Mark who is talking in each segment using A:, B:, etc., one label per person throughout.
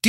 A: Do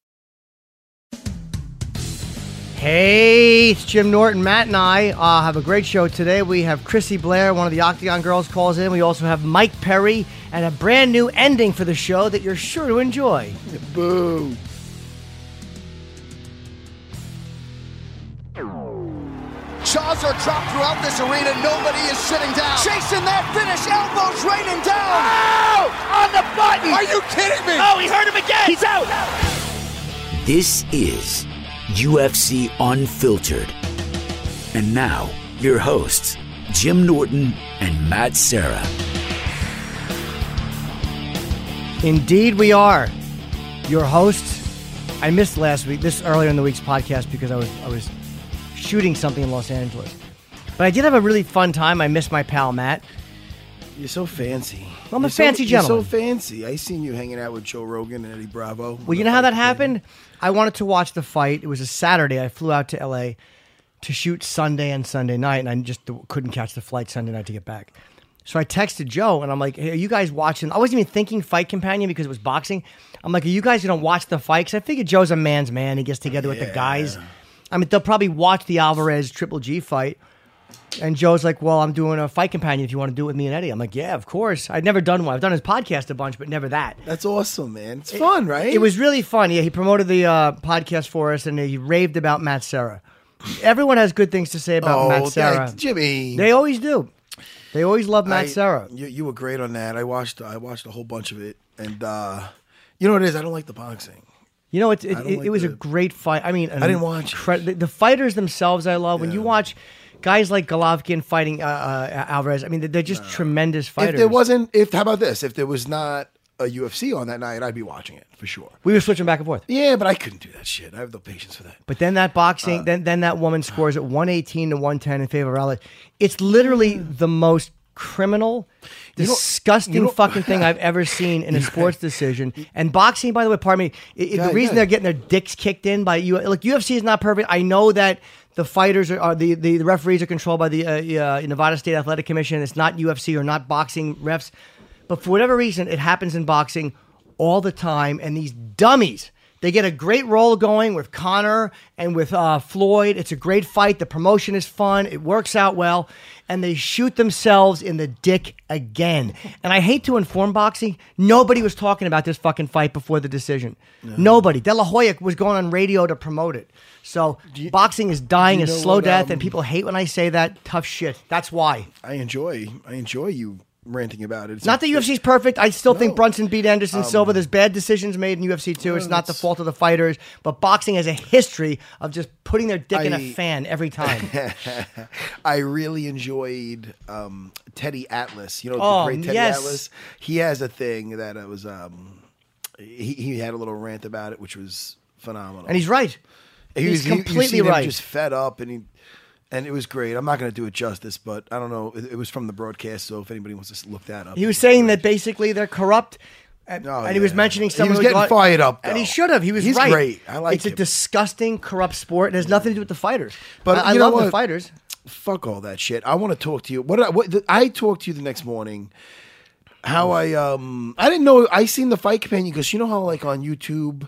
B: Hey, it's Jim Norton. Matt and I uh, have a great show today. We have Chrissy Blair, one of the Octagon girls, calls in. We also have Mike Perry and a brand new ending for the show that you're sure to enjoy.
C: Boo.
D: Jaws are dropped throughout this arena. Nobody is sitting down. Chasing that finish. Elbows raining down.
B: Oh!
C: On the button.
D: Are you kidding me?
C: Oh, he hurt him again. He's out.
E: This is UFC Unfiltered. And now, your hosts, Jim Norton and Matt Sarah.
B: Indeed, we are your hosts. I missed last week, this earlier in the week's podcast because I was I was shooting something in Los Angeles. But I did have a really fun time. I missed my pal Matt.
C: You're so fancy.
B: I'm a
C: You're so-
B: fancy
C: You're
B: gentleman.
C: so fancy. I seen you hanging out with Joe Rogan and Eddie Bravo.
B: Well, you know how that happened? I wanted to watch the fight. It was a Saturday. I flew out to LA to shoot Sunday and Sunday night, and I just couldn't catch the flight Sunday night to get back. So I texted Joe and I'm like, hey, are you guys watching? I wasn't even thinking Fight Companion because it was boxing. I'm like, are you guys going to watch the fight? Because I figured Joe's a man's man. He gets together with the guys. I mean, they'll probably watch the Alvarez Triple G fight. And Joe's like, well, I'm doing a fight companion if you want to do it with me and Eddie. I'm like, yeah, of course. I'd never done one. I've done his podcast a bunch, but never that.
C: That's awesome, man. It's fun, right?
B: It was really fun. Yeah, he promoted the uh, podcast for us, and he raved about Matt Serra. Everyone has good things to say about
C: Oh,
B: Matt Serra.
C: thank- Jimmy.
B: They always do. They always love Matt
C: I-
B: Serra.
C: You, you were great on that. I watched. I watched a whole bunch of it, and uh, you know what it is. I don't like the boxing.
B: You know, it's, it,
C: don't
B: it,
C: like
B: it was a
C: the-
B: great fight. I mean, I
C: didn't watch it.
B: the, the fighters themselves. I love when you
C: Yeah.
B: watch guys like Golovkin fighting uh, uh, Alvarez. I mean, they're- they're just tremendous fighters.
C: If there wasn't, if how about this? If there was not a UFC on that night, I'd be watching it for sure.
B: we were switching back and forth.
C: Yeah, but I couldn't do that shit. I have no patience for that.
B: But then that boxing,
C: Uh.
B: then then that woman scores at 118 to 110 in favor of Alvarez. It's literally the most criminal,
C: know-
B: disgusting
C: you know-
B: fucking thing I've ever seen in a sports decision. And boxing, by the way, pardon me, i- i-
C: Yeah,
B: the reason
C: yeah.
B: they're getting their dicks kicked in by you, like UFC is not perfect. I know that. The fighters are, are the, the referees are controlled by the uh, uh, Nevada State Athletic Commission. It's not UFC or not boxing refs, but for whatever reason, it happens in boxing all the time. And these dummies, they get a great roll going with Connor and with uh, Floyd. It's a great fight. The promotion is fun. It works out well. And they shoot themselves in the dick again. And I hate to inform boxing. Nobody was talking about this fucking fight before the decision. Nobody. De La Hoya was going on radio to promote it. So boxing is dying a
C: know
B: slow
C: what,
B: death,
C: um,
B: and people hate when I say that. Tough shit. That's why.
C: I enjoy. I enjoy you ranting about it. It's
B: Not that
C: a-
B: UFC's perfect. I still think Brunson beat Anderson
C: Um,
B: Silva. There's bad decisions made in UFC too. It's not the fault of the fighters, but boxing has a history of just putting their dick in a
C: I-
B: fan every time.
C: I really enjoyed um, Teddy Atlas. You know,
B: Oh,
C: the great Teddy
B: yes.
C: Atlas. He has a thing that it was. Um, he, he had a little rant about it, which was phenomenal.
B: and he's right.
C: He
B: he's
C: was- you- you
B: completely
C: seen him
B: right.
C: Just fed up, and he and it was great. I'm not going to do it justice, but I don't know. It, it was from the broadcast, so if anybody wants to look that up,
B: He was saying that basically they're corrupt. And,
C: Oh,
B: and he was
C: yeah.
B: mentioning
C: He
B: someone
C: was
B: who
C: getting
B: got-
C: fired up,
B: and he
C: though.
B: should have. He was
C: He's
B: right.
C: great. I like
B: It's a
C: him.
B: disgusting, corrupt sport. It has nothing to do with the fighters.
C: But
B: I, I
C: you know
B: love the
C: what?
B: fighters.
C: fuck all that shit. I want to talk to you. What did I, what did- I talked to you the next morning. How I um I didn't know I seen the fight companion because you know how like on YouTube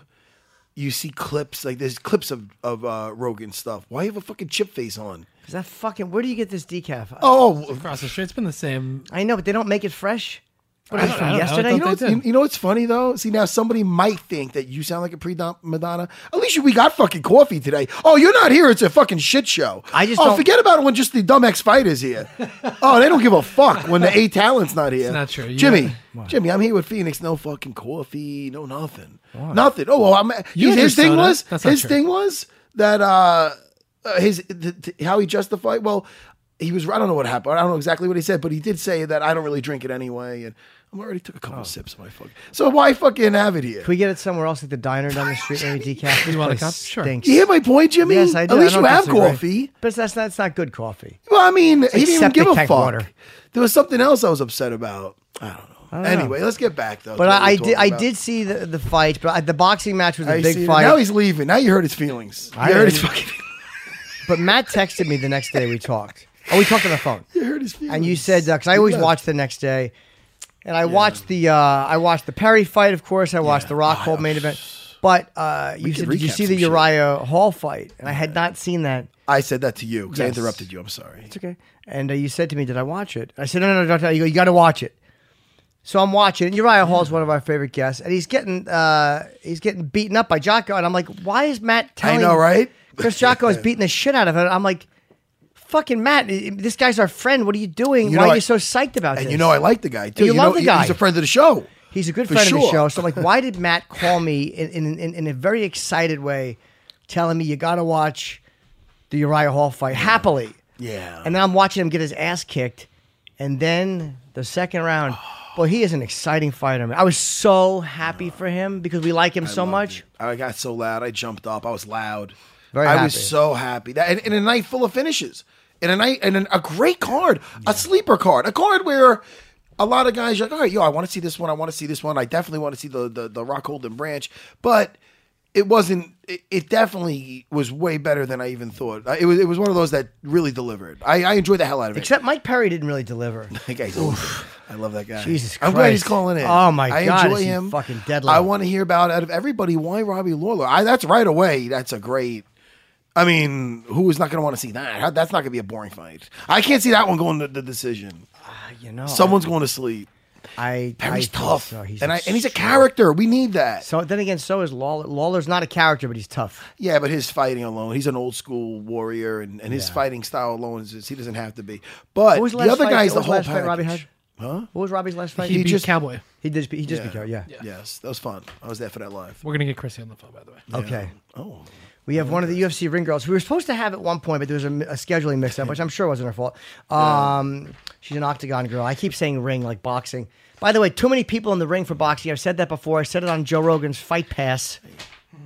C: you see clips like there's clips of of uh, Rogan stuff. Why you have a fucking chip face on?
B: Is that fucking? Where do you get this decaf?
C: Oh,
F: Across the street, it's been the same.
B: I know, but they don't make it fresh. What, it was from yesterday?
C: You know, what's- you,
B: it's-
C: you know what's funny though? See now somebody might think that you sound like a pre Madonna. At least we got fucking coffee today. Oh, you're not here. It's a fucking shit show.
B: I just
C: oh
B: don't-
C: forget about it when just the dumb ex fighters here. oh, they don't give a fuck when the A talent's not here.
F: not true. You-
C: Jimmy. Jimmy, I'm here with Phoenix. No fucking coffee. No nothing. Nothing. Oh well, I'm.
F: You
C: his-
F: had
C: his
F: your
C: thing
F: soda.
C: was
F: That's not
C: his
F: true.
C: thing was that uh, uh, his th- th- how he justified. Well, he was. I don't know what happened. I don't know exactly what he said, but he did say that I don't really drink it anyway, and I already took a couple
B: Oh.
C: sips of my fuck. So why fucking have it here?
B: Can we get it somewhere else, like the diner down the street, maybe decaf? This
F: want a
B: place
F: cup? Sure.
B: stinks.
C: You hear my point, Jimmy?
B: Yes, I do.
C: At least
B: I
C: you
B: don't
C: have
B: disagree.
C: coffee.
B: But that's not, it's not good coffee.
C: Well, I mean, he didn't even
B: septic
C: give a
B: tank
C: fuck.
B: water.
C: There was something else I was upset about. I don't know.
B: know.
C: anyway, let's get back though. to
B: But
C: what
B: I, I
C: we were
B: did. I
C: talking about.
B: did see the, the fight, but I, the boxing match was a
C: I see
B: big
C: it. Now
B: fight.
C: he's leaving. Now you hurt his feelings. You
B: I
C: hurt his
B: didn't-
C: fucking.
B: But Matt texted me the next day. We talked. Oh, we talked on the phone.
C: You hurt his feelings.
B: and you said because I
C: He
B: always
C: left.
B: watch the next day, and I watched the uh, I watched the Perry fight, of course. I watched the Rock Hall main event, but uh, you said
C: could
B: did you
C: recap
B: see the
C: some shit.
B: Uriah Hall fight? And I had not seen that.
C: I said that to you because I
B: Yes.
C: interrupted you. I'm sorry.
B: It's okay. And uh, you said to me, did I watch it? I said no, no, no, doctor. You go, you got to watch it. So I'm watching. it. Uriah Hall's one of our favorite guests, and he's getting uh, he's getting beaten up by Jocko, and I'm like, why is Matt
C: I
B: telling?
C: know, right?
B: Chris Jocko is beating the shit out of it. I'm like. Fucking Matt, this guy's our friend. What are you doing?
C: You
B: Why
C: know
B: are
C: I-
B: you so psyched about this?
C: And you know I like the guy too.
B: You love
C: know,
B: the
C: he-
B: guy.
C: He's a friend of the show.
B: He's a good
C: For
B: friend of the
C: sure.
B: show. So I'm like, why did Matt call me in, in, in, in a very excited way, telling me you got to watch the Uriah Hall fight happily?
C: Yeah.
B: And then I'm watching him get his ass kicked. And then the second round, well, he is an exciting fighter. Man. I was so happy for him because we like him so much.
C: I got so loud. I jumped up. I was loud.
B: Very
C: I was
B: happy.
C: so happy. That and, and a night full of finishes. And a night and an, a great card, a sleeper card, a card where a lot of guys are like, all right, yo, I want to see this one. I want to see this one. I definitely want to see the the, the Rock Holden branch, but. It wasn't. It, it definitely was way better than I even thought. Uh, It was. It was one of those that really delivered. I, I enjoyed the hell out of it.
B: Except Mike Perry didn't really deliver.
C: That guy's awesome. I love that guy.
B: Jesus
C: I'm glad he's
B: Christ.
C: calling in.
B: Oh, my
C: I
B: God,
C: enjoy
B: is he
C: him.
B: fucking deadline.
C: I want to hear about out of everybody why Robbie Lawler. I, that's right away. That's a great. I mean, who is not going to want to see that? How- That's not going to be a boring fight. I can't see that one going to the decision.
B: You know,
C: Someone's going to sleep.
B: Oh. I, I
C: Perry's
B: think
C: tough,
B: so.
C: and I, and he's a
B: extreme.
C: character. We need that.
B: So then again, so is Lawler. Lawler's not a character, but he's tough.
C: Yeah, but his fighting alone, he's an old school warrior, and, and his fighting style alone is just, he doesn't have to be. But
B: What was
C: Uh, the,
B: last
C: other
B: fight-
C: guy's
B: what
C: the
B: was
C: whole
B: last fight
C: package.
B: Robbie had? What was Robbie's last fight?
F: He, beat
C: just-
F: Cowboy.
B: He did. He just became yeah.
C: Yes, that was fun. I was there for that live.
F: We're gonna get Chrissy on the phone, by the way.
B: Okay. Oh. We have one of the UFC ring girls. We were supposed to have at one point, but there was a, mi- a scheduling mix-up, which I'm sure wasn't her fault. Um, She's an octagon girl. I keep saying ring like boxing. By the way, too many people in the ring for boxing. I've said that before. I said it on Joe Rogan's Fight Pass.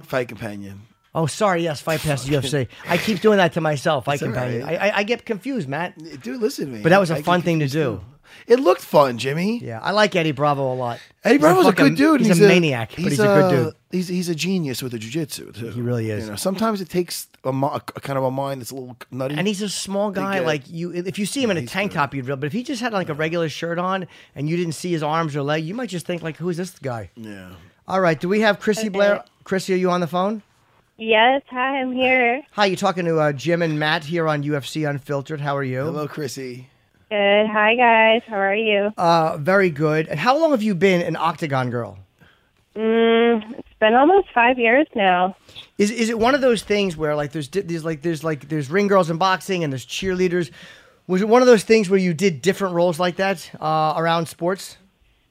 C: Fight companion.
B: Oh, sorry. Yes, Fight Pass UFC. I keep doing that to myself. I
C: all
B: can.
C: right.
B: I, I, I get confused, Matt.
C: Dude, listen to me.
B: But that was a
C: I
B: fun
C: get
B: thing to do.
C: confused, too. It looked fun, Jimmy.
B: Yeah, I like Eddie Bravo a lot.
C: Eddie
B: He's
C: Bravo's a,
B: fucking-
C: good dude. and
B: He's, a, maniac, but he's a, good dude.
C: He's he's a genius with the jujitsu. too. He
B: really is.
C: You know, sometimes it takes a, mo- a kind of a mind that's a little nutty.
B: And he's a small guy.
C: get-
B: Like you, if you see him in a tank top, you'd real. But if he just had like a regular shirt on and you didn't see his arms or leg, you might just think like, "Who is this guy?"
C: yeah.
B: All right. Do we have Chrissy
G: Okay.
B: Blair? Chrissy, are you on the phone?
G: Yes, hi, I'm here.
B: Hi, you talking to uh, Jim and Matt here on UFC Unfiltered. How are you?
C: Hello, Chrissy.
G: Good. Hi, guys. How are you?
B: Uh, very good. And how long have you been an Octagon girl?
G: mm, it's been almost five years now.
B: Is is it one of those things where like there's di- there's like there's like there's ring girls in boxing and there's cheerleaders? Was it one of those things where you did different roles like that uh, around sports?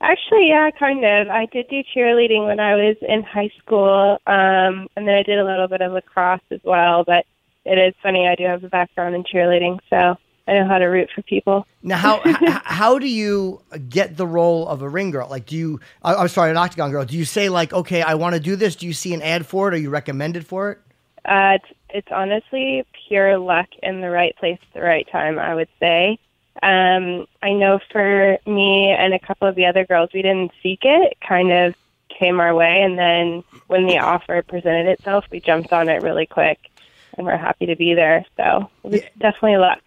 G: Actually, yeah, kind of. I did do cheerleading when I was in high school, um, and then I did a little bit of lacrosse as well. But it is funny, I do have a background in cheerleading, so I know how to root for people.
B: Now, how h- how do you get the role of a ring girl? Like, do you? I, I'm sorry, an octagon girl. Do you say like, okay, I want to do this? Do you see an ad for it? Are you recommended for it?
G: Uh, it's, it's honestly pure luck in the right place at the right time, I would say. Um, I know for me and a couple of the other girls, we didn't seek it. It kind of came our way. And then when the offer presented itself, we jumped on it really quick. And we're happy to be there. So it was definitely luck.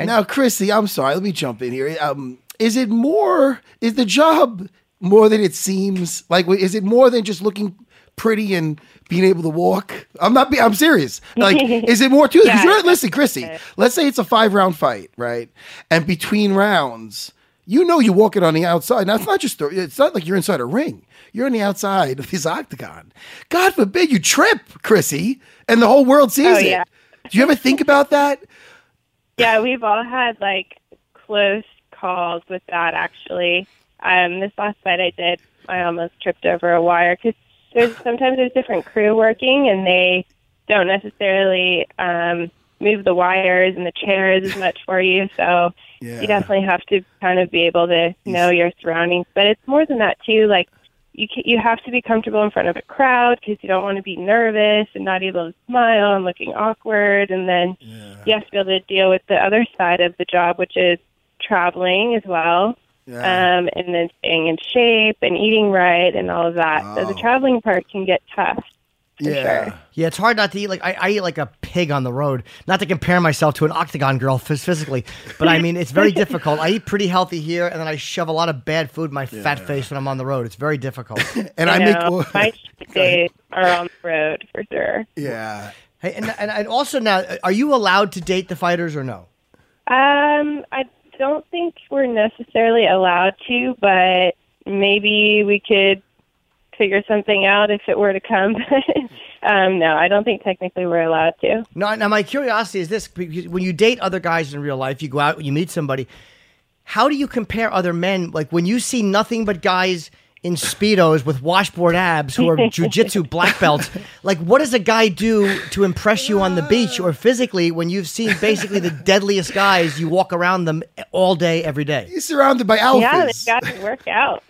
C: now, Chrissy, I'm sorry. Let me jump in here. Um, is it more? Is the job more than it seems? Like, is it more than just looking pretty and being able to walk? I'm not. Be- I'm serious. Like, is it more too? Because
G: Yeah.
C: you're listen, Chrissy. Let's say it's a five round fight, right? And between rounds, You know you're walking on the outside. Now it's not just the, it's not like you're inside a ring. You're on the outside of this octagon. God forbid you trip, Chrissy, and the whole world sees
G: Oh, yeah.
C: it. Do you ever think about that?
G: Yeah, we've all had like close calls with that actually. Um, this last fight I did, I almost tripped over a wire because there's sometimes there's different crew working and they don't necessarily um, move the wires and the chairs as much for you. So
C: Yeah.
G: you definitely have to kind of be able to know your surroundings. But it's more than that too. Like you ca you have to be comfortable in front of a crowd because you don't want to be nervous and not able to smile and looking awkward. And then you have to be able to deal with the other side of the job, which is traveling as well. Um, and then staying in shape and eating right and all of that. So the traveling part can get tough. For
C: Yeah.
G: Sure.
B: Yeah, it's hard not to eat. Like I, I eat like a pig on the road. Not to compare myself to an octagon girl phys- physically, but I mean it's very difficult. I eat pretty healthy here, and then I shove a lot of bad food in my fat face when I'm on the road. It's very difficult.
C: And I,
G: You know,
C: make
G: my cheat days are on the road for sure.
C: yeah.
B: hey, and, and and also now, are you allowed to date the fighters or no?
G: Um, I don't think we're necessarily allowed to, but maybe we could figure something out if it were to come. um, no, I don't think technically we're allowed to.
B: No. Now my curiosity is this: because when you date other guys in real life, you go out, you meet somebody. How do you compare other men? Like when you see nothing but guys in speedos with washboard abs who are jujitsu black belts. Like what does a guy do to impress you on the beach or physically when you've seen basically the deadliest guys? You walk around them all day, every day.
C: He's surrounded by alphas.
G: Yeah, they've got to work out.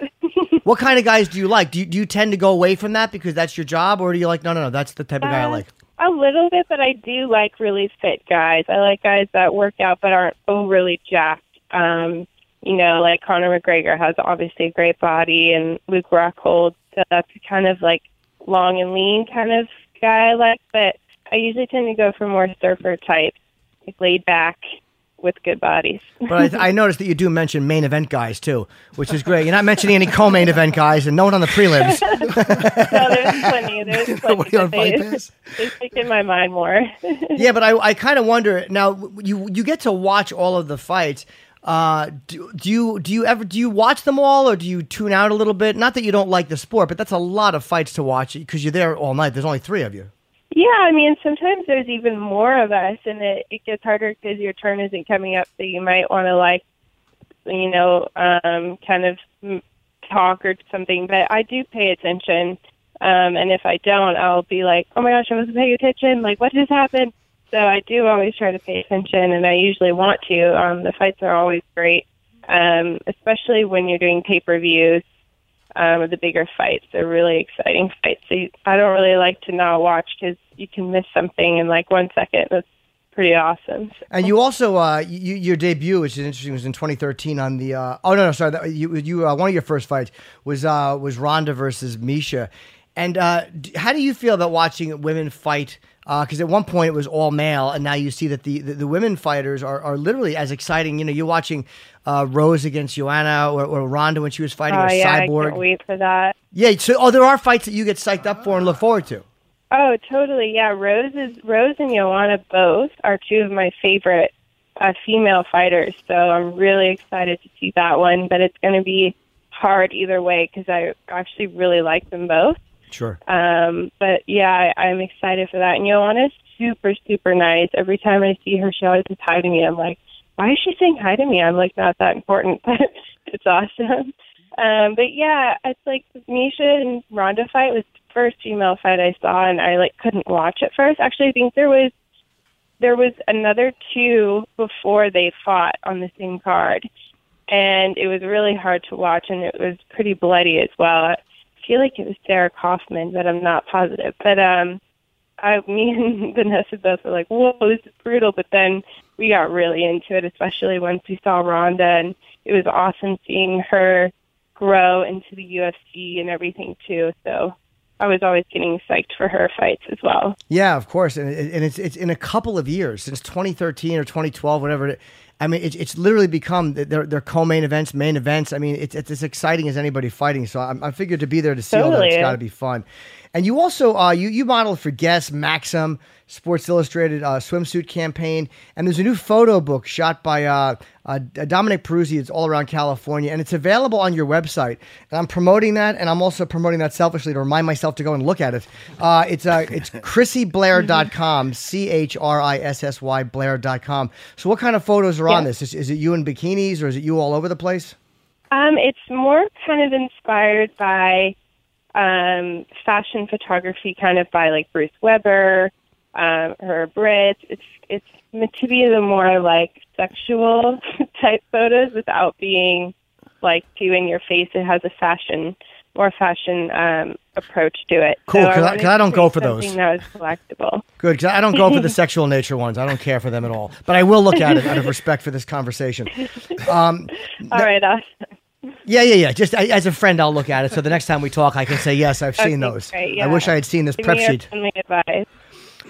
B: What kind of guys do you like? Do you, do you tend to go away from that because that's your job, or do you like no, no, no? That's the type of guy I like.
G: A little bit, but I do like really fit guys. I like guys that work out but aren't overly jacked. Um, you know, like Conor McGregor has obviously a great body, and Luke Rockhold. So that's the kind of like long and lean kind of guy I like. But I usually tend to go for more surfer type, like laid back with good bodies.
B: But I, I noticed that you do mention main event guys too, which is great. You're not mentioning any co-main event guys and no one on the prelims.
G: so there's plenty. There's
C: Nobody
G: plenty.
C: on Fight
G: They-
C: Pass.
G: They stick in my mind more.
B: Yeah, but I, I kind of wonder now. w- You you get to watch all of the fights. Uh, do, do you do you ever do you watch them all or do you tune out a little bit? Not that you don't like the sport, but that's a lot of fights to watch because you're there all night. There's only three of you.
G: Yeah, I mean, sometimes there's even more of us, and it, it gets harder because your turn isn't coming up, so you might want to, like, you know, um, kind of mm, talk or something. But I do pay attention, um, and if I don't, I'll be like, oh my gosh, I wasn't paying attention. Like, what just happened? So I do always try to pay attention, and I usually want to. Um, the fights are always great, um, especially when you're doing pay per views um, of the bigger fights. They're really exciting fights. So you, I don't really like to not watch because you can miss something in like one second. That's pretty awesome. So,
B: And you also uh, you, your debut, which is interesting, was in 2013 on the uh, oh no no sorry that, you you uh, one of your first fights was uh, was Ronda versus Misha, and uh, d- how do you feel about watching women fight? Because at one point it was all male, and now you see that the the, the women fighters are, are literally as exciting. You know, you're watching uh, Rose against Joanna or, or Ronda when she was fighting
G: oh
B: a
G: yeah, I can't
B: cyborg.
G: wait for that.
B: Yeah, so oh, there are fights that you get psyched up for and look forward to.
G: Oh, totally. Yeah, Rose is Rose and Joanna both are two of my favorite uh, female fighters. So I'm really excited to see that one. But it's going to be hard either way because I actually really like them both.
B: Sure.
G: Um, but yeah, I, I'm excited for that. And Joanna's super, super nice. Every time I see her, she always says hi to me. I'm like, why is she saying hi to me? I'm like, not that important, but it's awesome. Um, but yeah, it's like Misha and Ronda fight was the first female fight I saw, and I like couldn't watch at first. Actually, I think there was there was another two before they fought on the same card, and it was really hard to watch, and it was pretty bloody as well. I feel like it was Sarah Kaufman, but I'm not positive. But um, I, me and Vanessa both were like, "Whoa, this is brutal!" But then we got really into it, especially once we saw Rhonda, and it was awesome seeing her grow into the UFC and everything too. So I was always getting psyched for her fights as well.
B: Yeah, of course, and, and it's it's in a couple of years since 2013 or 2012, whatever. It, I mean, it's it's literally become their their co-main events, main events. I mean, it's it's as exciting as anybody fighting. So I'm, I figured to be there to see all that, it's
G: Totally.
B: got to be fun. And you also uh, you you modeled for Guess, Maxim, Sports Illustrated uh, swimsuit campaign, and there's a new photo book shot by uh, uh, Dominic Peruzzi. It's all around California, and it's available on your website. And I'm promoting that, and I'm also promoting that selfishly to remind myself to go and look at it. Uh, it's uh, it's chrissyblair.com, c h r i s s y blair.com. So what kind of photos are on
G: Yeah.
B: this? Is, is it you in bikinis, or is it you all over the place?
G: Um, it's more kind of inspired by um, fashion photography, kind of by like Bruce Weber um, or Brit. It's it's meant to be the more like sexual type photos without being like too in your face. It has a fashion more fashion um, approach to it.
B: Cool, 'cause I-
G: wanted
B: 'cause I
G: to
B: don't go
G: create
B: for those.
G: something That was collectible.
B: Good, because I don't go for the sexual nature ones. I don't care for them at all. But I will look at it out of respect for this conversation. Um,
G: All right, uh, awesome.
B: yeah, yeah, yeah. Just I, as a friend, I'll look at it. So the next time we talk, I can say yes, I've seen
G: Okay,
B: those.
G: great,
B: I
G: yeah.
B: wish I had seen this
G: Give
B: prep
G: me your
B: sheet.
G: friendly advice.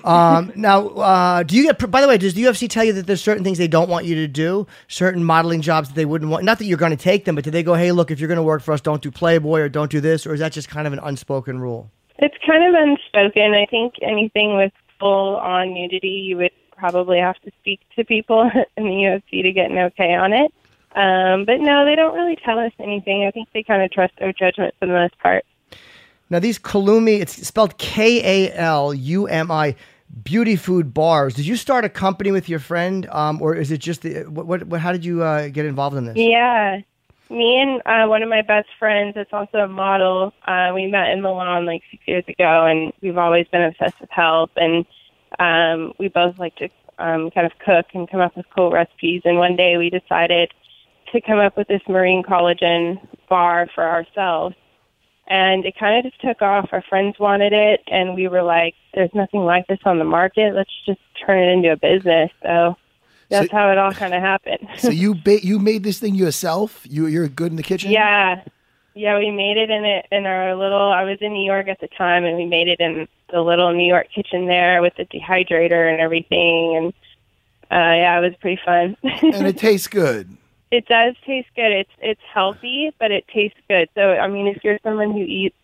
B: Um, now, uh, do you get? By the way, does the UFC tell you that there's certain things they don't want you to do, certain modeling jobs that they wouldn't want? Not that you're going to take them, but do they go, "Hey, look, if you're going to work for us, don't do Playboy or don't do this," or is that just kind of an unspoken rule?
G: It's kind of unspoken. I think anything with full on nudity, you would probably have to speak to people in the UFC to get an okay on it. Um, but no, they don't really tell us anything. I think they kind of trust our judgment for the most part.
B: Now these Kalumi, it's spelled K A L U M I, beauty food bars. Did you start a company with your friend, um, or is it just the what? what, what how did you uh, get involved in this?
G: Yeah. Me and uh, one of my best friends, that's also a model, uh, we met in Milan like six years ago, and we've always been obsessed with health. And um, we both like to um, kind of cook and come up with cool recipes. And one day we decided to come up with this marine collagen bar for ourselves. And it kind of just took off. Our friends wanted it, and we were like, there's nothing like this on the market. Let's just turn it into a business. So that's how it all kind of happened.
C: So you ba- you made this thing yourself. You you're good in the kitchen.
G: Yeah, yeah, we made it in it in our little. I was in New York at the time, and we made it in the little New York kitchen there with the dehydrator and everything. And uh, yeah, it was pretty fun.
C: and it tastes good.
G: it does taste good. It's it's healthy, but it tastes good. So I mean, if you're someone who eats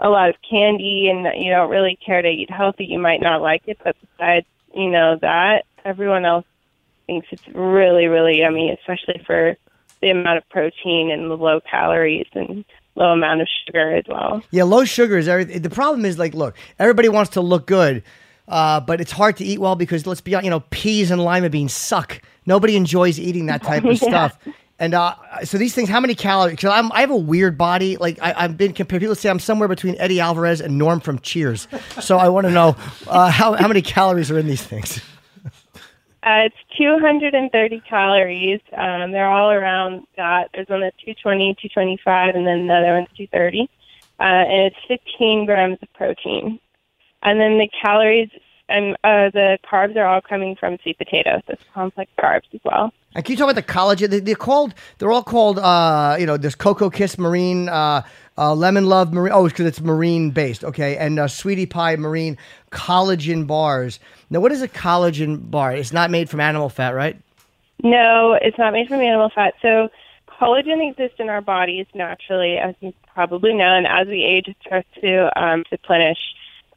G: a lot of candy and you don't really care to eat healthy, you might not like it. But besides, you know that everyone else thinks it's really really yummy, especially for the amount of protein and the low calories and low amount of sugar as well.
B: Yeah, low sugar is everything. The problem is like, look, everybody wants to look good, uh, but it's hard to eat well because let's be honest, you know, peas and lima beans suck. Nobody enjoys eating that type of stuff. And uh, so these things, how many calories? Because I'm, I have a weird body. Like I, I've been compared. People say I'm somewhere between Eddie Alvarez and Norm from Cheers. So I want to know uh, how how many calories are in these things.
G: Uh, it's 230 calories. Um, they're all around that. There's one that's 220, 225, and then another one's 230. Uh, and it's 15 grams of protein. And then the calories and uh, the carbs are all coming from sweet potatoes. That's complex carbs as well.
B: And can you talk about the collagen? They, they're called. They're all called. Uh, you know, there's Cocoa Kiss Marine, uh, uh, Lemon Love Marine. Oh, because it's marine based. Okay, and uh, Sweetie Pie Marine collagen bars. Now, what is a collagen bar? It's not made from animal fat, right?
G: No, it's not made from animal fat. So collagen exists in our bodies naturally, as you probably know, and as we age, it starts to um, replenish.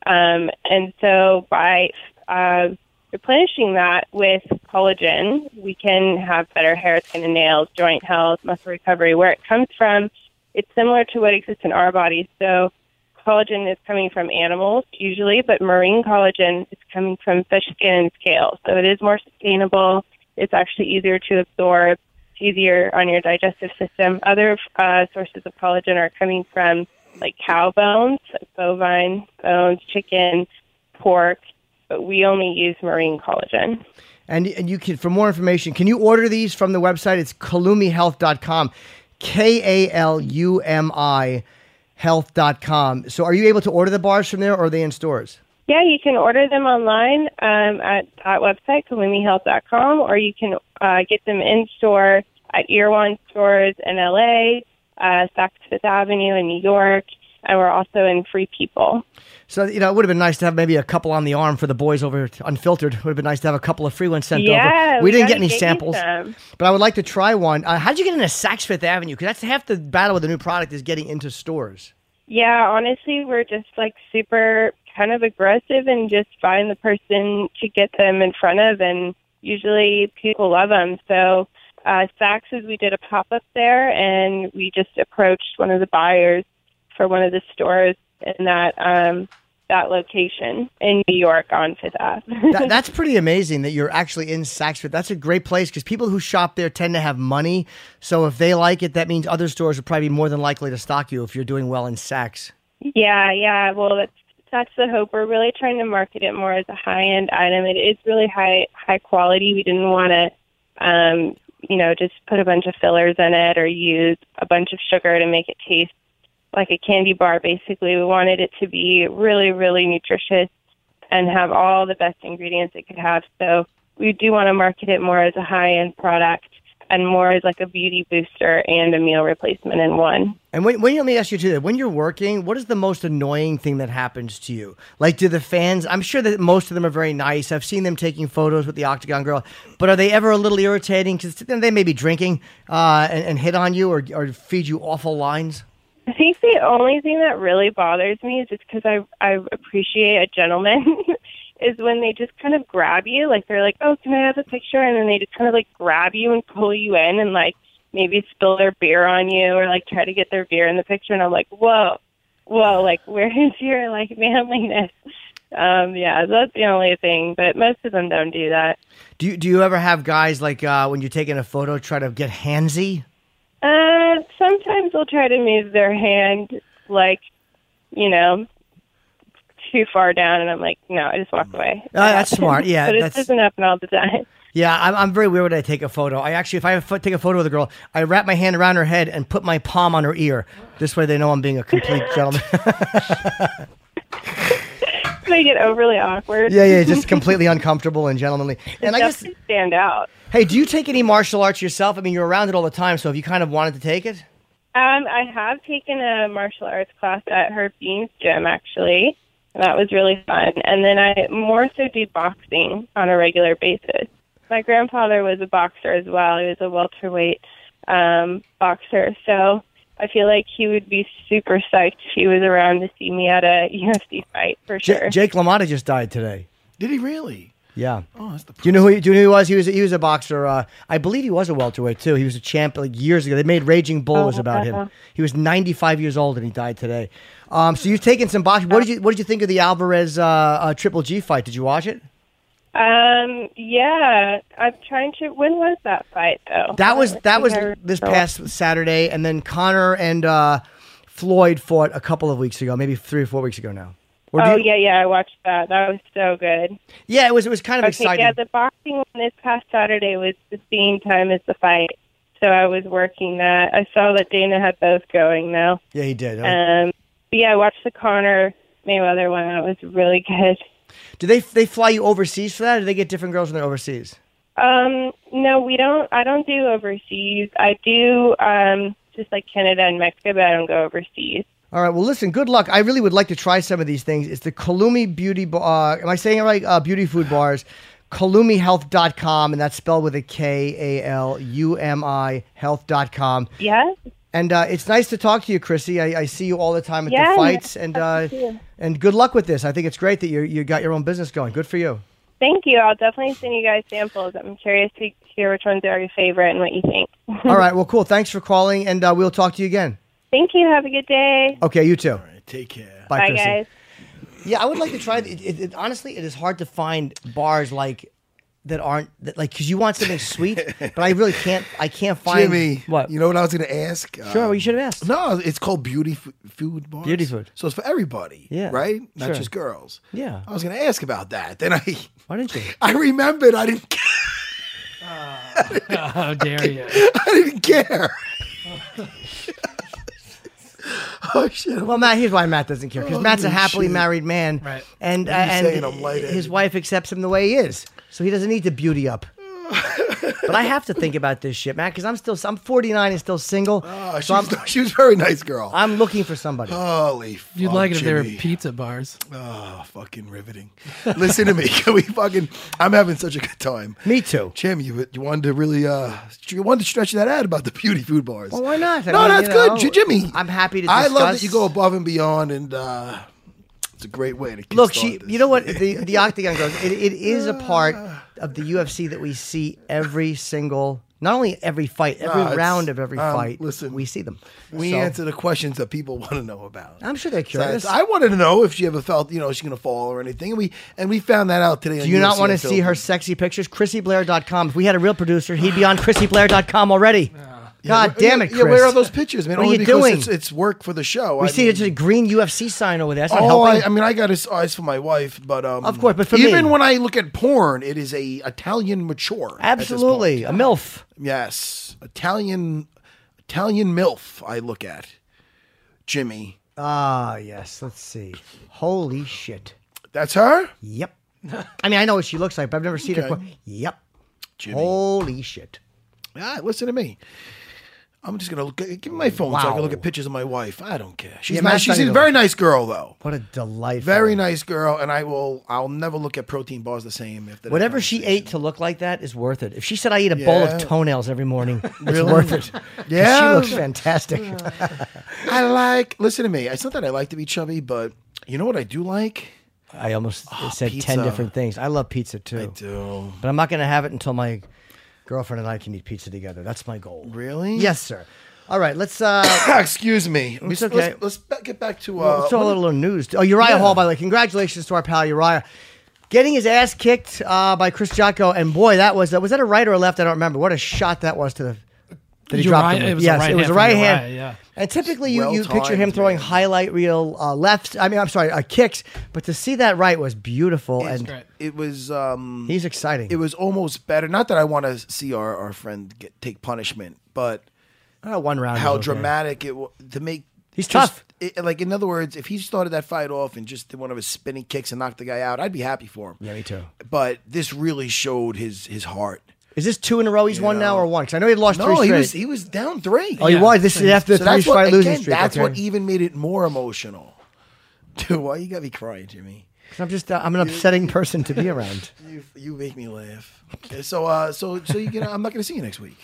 G: Um, and so by uh, replenishing that with collagen, we can have better hair, skin, and nails, joint health, muscle recovery. Where it comes from, it's similar to what exists in our bodies. So collagen is coming from animals usually, but marine collagen is coming from fish skin and scales. So it is more sustainable. It's actually easier to absorb, it's easier on your digestive system. Other uh, sources of collagen are coming from like cow bones, bovine bones, chicken, pork, but we only use marine collagen.
B: And and you can for more information, can you order these from the website? It's kalumihealth.com. K A L U M I health.com. So, are you able to order the bars from there, or are they in stores?
G: Yeah, you can order them online um, at that website, kalumihealth.com, or you can uh, get them in store at Irwan stores in LA, uh, Saks Fifth Avenue in New York, and we're also in Free People.
B: So you know, it would have been nice to have maybe a couple on the arm for the boys over at unfiltered. Would have been nice to have a couple of free ones sent
G: Yeah,
B: over. We, didn't
G: gotta
B: get any
G: you
B: samples,
G: some.
B: but I would like to try one. Uh, how'd you get into Saks Fifth Avenue? Because that's half the battle with the new product is getting into stores.
G: Yeah, honestly, we're just like super kind of aggressive and just find the person to get them in front of, and usually people love them. So, uh, Saks, we did a pop up there, and we just approached one of the buyers for one of the stores in that um, that location in New York on Fifth Ave.
B: That, that's pretty amazing that you're actually in Saks Fifth. That's a great place because people who shop there tend to have money. So if they like it, that means other stores would probably be more than likely to stock you if you're doing well in Saks.
G: Yeah, yeah. Well, that's that's the hope. We're really trying to market it more as a high end item. It is really high high quality. We didn't want to, um, you know, just put a bunch of fillers in it or use a bunch of sugar to make it taste like a candy bar. Basically, we wanted it to be really, really nutritious and have all the best ingredients it could have. So we do want to market it more as a high end product and more as like a beauty booster and a meal replacement in one.
B: And when, when let me ask you too, when you're working, what is the most annoying thing that happens to you? Like, do the fans? I'm sure that most of them are very nice. I've seen them taking photos with the Octagon Girl, but are they ever a little irritating? Because they may be drinking uh, and, and hit on you or, or feed you awful lines.
G: I think the only thing that really bothers me is just because I I appreciate a gentleman is when they just kind of grab you like they're like oh can I have a picture and then they just kind of like grab you and pull you in and like maybe spill their beer on you or like try to get their beer in the picture and I'm like whoa whoa like where is your like manliness um yeah that's the only thing but most of them don't do that
B: Do you do you ever have guys like uh, when you're taking a photo try to get handsy?
G: Uh, sometimes they'll try to move their hand, like, you know, too far down, and I'm like, no, I just walk away.
B: Oh, that's smart. Yeah,
G: but it
B: that's-
G: doesn't happen all the time.
B: Yeah, I'm, I'm very weird when I take a photo. I actually, if I pho- take a photo with a girl, I wrap my hand around her head and put my palm on her ear. This way, they know I'm being a complete gentleman.
G: They get overly awkward.
B: yeah, yeah, just completely uncomfortable and gentlemanly. And I guess,
G: Just stand out.
B: hey, do you take any martial arts yourself? I mean, you're around it all the time, so have you kind of wanted to take it?
G: Um, I have taken a martial arts class at Herb Dean's gym, actually. That was really fun. And then I more so do boxing on a regular basis. My grandfather was a boxer as well. He was a welterweight um, boxer. So I feel like he would be super psyched if he was around to see me at a UFC fight for
B: J-
G: sure.
B: Jake LaMotta just died today.
C: Did he really?
B: Yeah.
C: Oh, that's the.
B: Do you know who he, do you know who he was? He was he was a boxer. Uh, I believe he was a welterweight too. He was a champ like years ago. They made Raging Bull was about him. He was 95 years old and he died today. Um, so you've taken some boxing. What did you what did you think of the Alvarez uh, uh, Triple G fight? Did you watch it?
G: um, yeah, I'm trying to. When was that fight though?
B: That was
G: I
B: that
G: think
B: was
G: I
B: this
G: remember.
B: past Saturday, and then Connor and uh, Floyd fought a couple of weeks ago, maybe three or four weeks ago now. Or do
G: Oh
B: you-
G: yeah, yeah, I watched that. That was so good.
B: yeah. It was it was kind of
G: Okay,
B: exciting.
G: yeah, the boxing one this past Saturday was the same time as the fight. So I was working that. I saw that Dana had both going though.
B: yeah, he did.
G: Um, but yeah, I watched the Connor Mayweather one. That was really good.
B: do they they fly you overseas for that? Or do they get different girls when they're overseas?
G: Um, no, we don't. I don't do overseas. I do um, just like Canada and Mexico, but I don't go overseas.
B: All right. Well, listen. Good luck. I really would like to try some of these things. It's the Kalumi Beauty. Ba- Uh, am I saying it right? Uh, beauty food bars. KalumiHealth.com, and that's spelled with a K A L U M I Health.com.
G: Yeah.
B: And uh, it's nice to talk to you, Chrissy. I, I see you all the time at
G: Yeah,
B: the
G: nice
B: fights,
G: to
B: and uh,
G: talk to you.
B: and good luck with this. I think it's great that you you got your own business going. Good for you.
G: Thank you. I'll definitely send you guys samples. I'm curious to hear which ones are your favorite and what you think.
B: all right. Well, cool. Thanks for calling, and uh, we'll talk to you again.
G: Thank you. Have a good day.
B: Okay. You too.
C: All right, take care.
B: Bye,
G: Bye,
B: Chrissy.
G: guys.
B: Yeah, I would like to try. It, it, it, honestly, it is hard to find bars like that aren't that, like because you want something sweet, but I really can't. I can't find
C: Jimmy,
B: What
C: You know what I was going to ask?
B: Sure, well,
C: Um,
B: you should have asked.
C: No, it's called beauty f- food bars.
B: Beauty food.
C: So it's for everybody.
B: Yeah,
C: Right? Not
B: sure.
C: just girls.
B: Yeah.
C: I was going to ask about that. Then I,
B: Why didn't you?
C: I remembered. I didn't.
F: How dare you?
C: I didn't care. oh shit!
B: Well, Matt, here's why Matt doesn't care because Matt's a
C: Oh, Holy
B: happily
C: shit.
B: married man,
F: Right.
B: And uh,
C: What are you
B: and
C: saying? I'm lightheaded.
B: his wife accepts him the way he is, so he doesn't need to beauty up. but I have to think about this shit, man, because I'm still I'm 49 and still single.
C: Oh, she,
B: so I'm,
C: was, she was a very nice girl.
B: I'm looking for somebody.
C: Oh, Holy fuck.
F: You'd like it if they were
C: Jimmy.
F: pizza bars.
C: Oh, fucking riveting. Listen to me. Can we fucking. I'm having such a good time.
B: Me too.
C: Jim, you, you wanted to really. uh You wanted to stretch that ad about the beauty food bars.
B: Well, why not? I
C: no,
B: mean,
C: that's
B: you
C: good.
B: know,
C: J- Jimmy.
B: I'm happy to
C: I love that you
B: discuss.
C: go above and beyond, and uh it's a great way to
B: Look,
C: kickstart
B: she.
C: this.
B: You know what? The the octagon goes. It, it is a part of the UFC that we see every single. Not only every fight, every
C: it's-
B: round of every
C: um,
B: fight,
C: listen,
B: we see them.
C: We
B: So,
C: answer the questions that people want to know about.
B: I'm sure they're curious.
C: Besides, I wanted to know if she ever felt, you know, she's gonna fall or anything. And we and we found that out today.
B: Do you not want to see her sexy pictures? ChrissyBlair.com. If we had a real producer, he'd be on ChrissyBlair.com already. God damn it, Chris.
C: Yeah, where are those pictures, man?
B: What are
C: Only
B: you
C: because
B: doing?
C: It's, it's work for the show.
B: we
C: I
B: see
C: mean-
B: it's a green UFC sign over there. That's not
C: Oh,
B: helping.
C: I, I mean, I got his eyes for my wife, but um,
B: Of course, but for
C: even
B: me.
C: when I look at porn, it is a Italian mature. at this
B: Absolutely. A
C: point.
B: MILF.
C: yes, Italian, Italian milf. I look at Jimmy.
B: Ah, yes. Let's see. Holy shit.
C: That's her.
B: Yep. I mean, I know what she looks like, but I've never seen her.
C: Okay.
B: Qu- yep.
C: Jimmy.
B: Holy shit.
C: Ah, listen to me. I'm just gonna look, give me my phone so I can
B: Wow.
C: look at pictures of my wife. I don't care. She's
B: Yeah,
C: nice.
B: Matt's not Oh.
C: She's a
B: even-
C: very nice girl, though.
B: What a delightful.
C: Very nice girl, and I will. I'll never look at protein bars the same. If
B: Whatever she ate to look like that is worth it. If she said I eat a bowl
C: Yeah.
B: of toenails every morning, it's worth it. 'Cause
C: Yeah.
B: She looks fantastic.
C: I like. Listen to me. It's not that I like to be chubby, but you know what I do like.
B: I almost said
C: Ah, pizza.
B: 10 different things. I love pizza too.
C: do.
B: But I'm not going to have it until my girlfriend and I can eat pizza together. That's my goal.
C: Really? Ah,
B: Yes, sir. All right, let's uh
C: Excuse me.
B: It's
C: Let's,
B: okay.
C: let's, let's ba- get back to. Uh,
B: let's do a
C: what-
B: little news. Oh, Uriah Hall, by the way. Congratulations to our pal Uriah. Getting his ass kicked uh, by Chris Jocko, and boy, that was uh, was that a right or a left? I don't remember. What a shot that was to the. That he dropped
F: Uriah-
B: him.
F: it
B: with.
F: was a
B: yes,
F: right
B: it was
F: hand
B: a
F: from
B: right
F: Uriah,
B: hand.
F: yeah.
B: And typically, you, you
C: Well-timed,
B: picture him throwing
C: man.
B: highlight reel uh, lefts. I mean, I'm sorry, uh, kicks. But to see that right was beautiful, and
F: great.
C: It was. Um,
B: he's exciting.
C: it was almost better. Not that I want to see our, our friend get, take punishment, but
B: Uh, one round.
C: how
B: was okay.
C: dramatic it was to make.
B: He's
C: just-
B: tough.
C: it- like in other words, if he started that fight off and just did one of his spinning kicks and knocked the guy out, I'd be happy for him.
B: Yeah, me too.
C: But this really showed his his heart.
B: Is this two in a row he's won now or one? Because I know he lost
C: No,
B: three
C: he
B: straight.
C: was he was down three.
B: oh, he
F: Yeah.
B: was. This is after the
C: so
B: three
C: that's
B: fight
C: what
B: losing
C: again,
B: streak.
C: that's
B: okay.
C: what e- even made it more emotional. Dude, why you gotta be crying, Jimmy?
B: 'Cause I'm just uh, I'm an upsetting person to be around.
C: You you make me laugh. Okay, so uh, so so you can. I'm not gonna see you next week.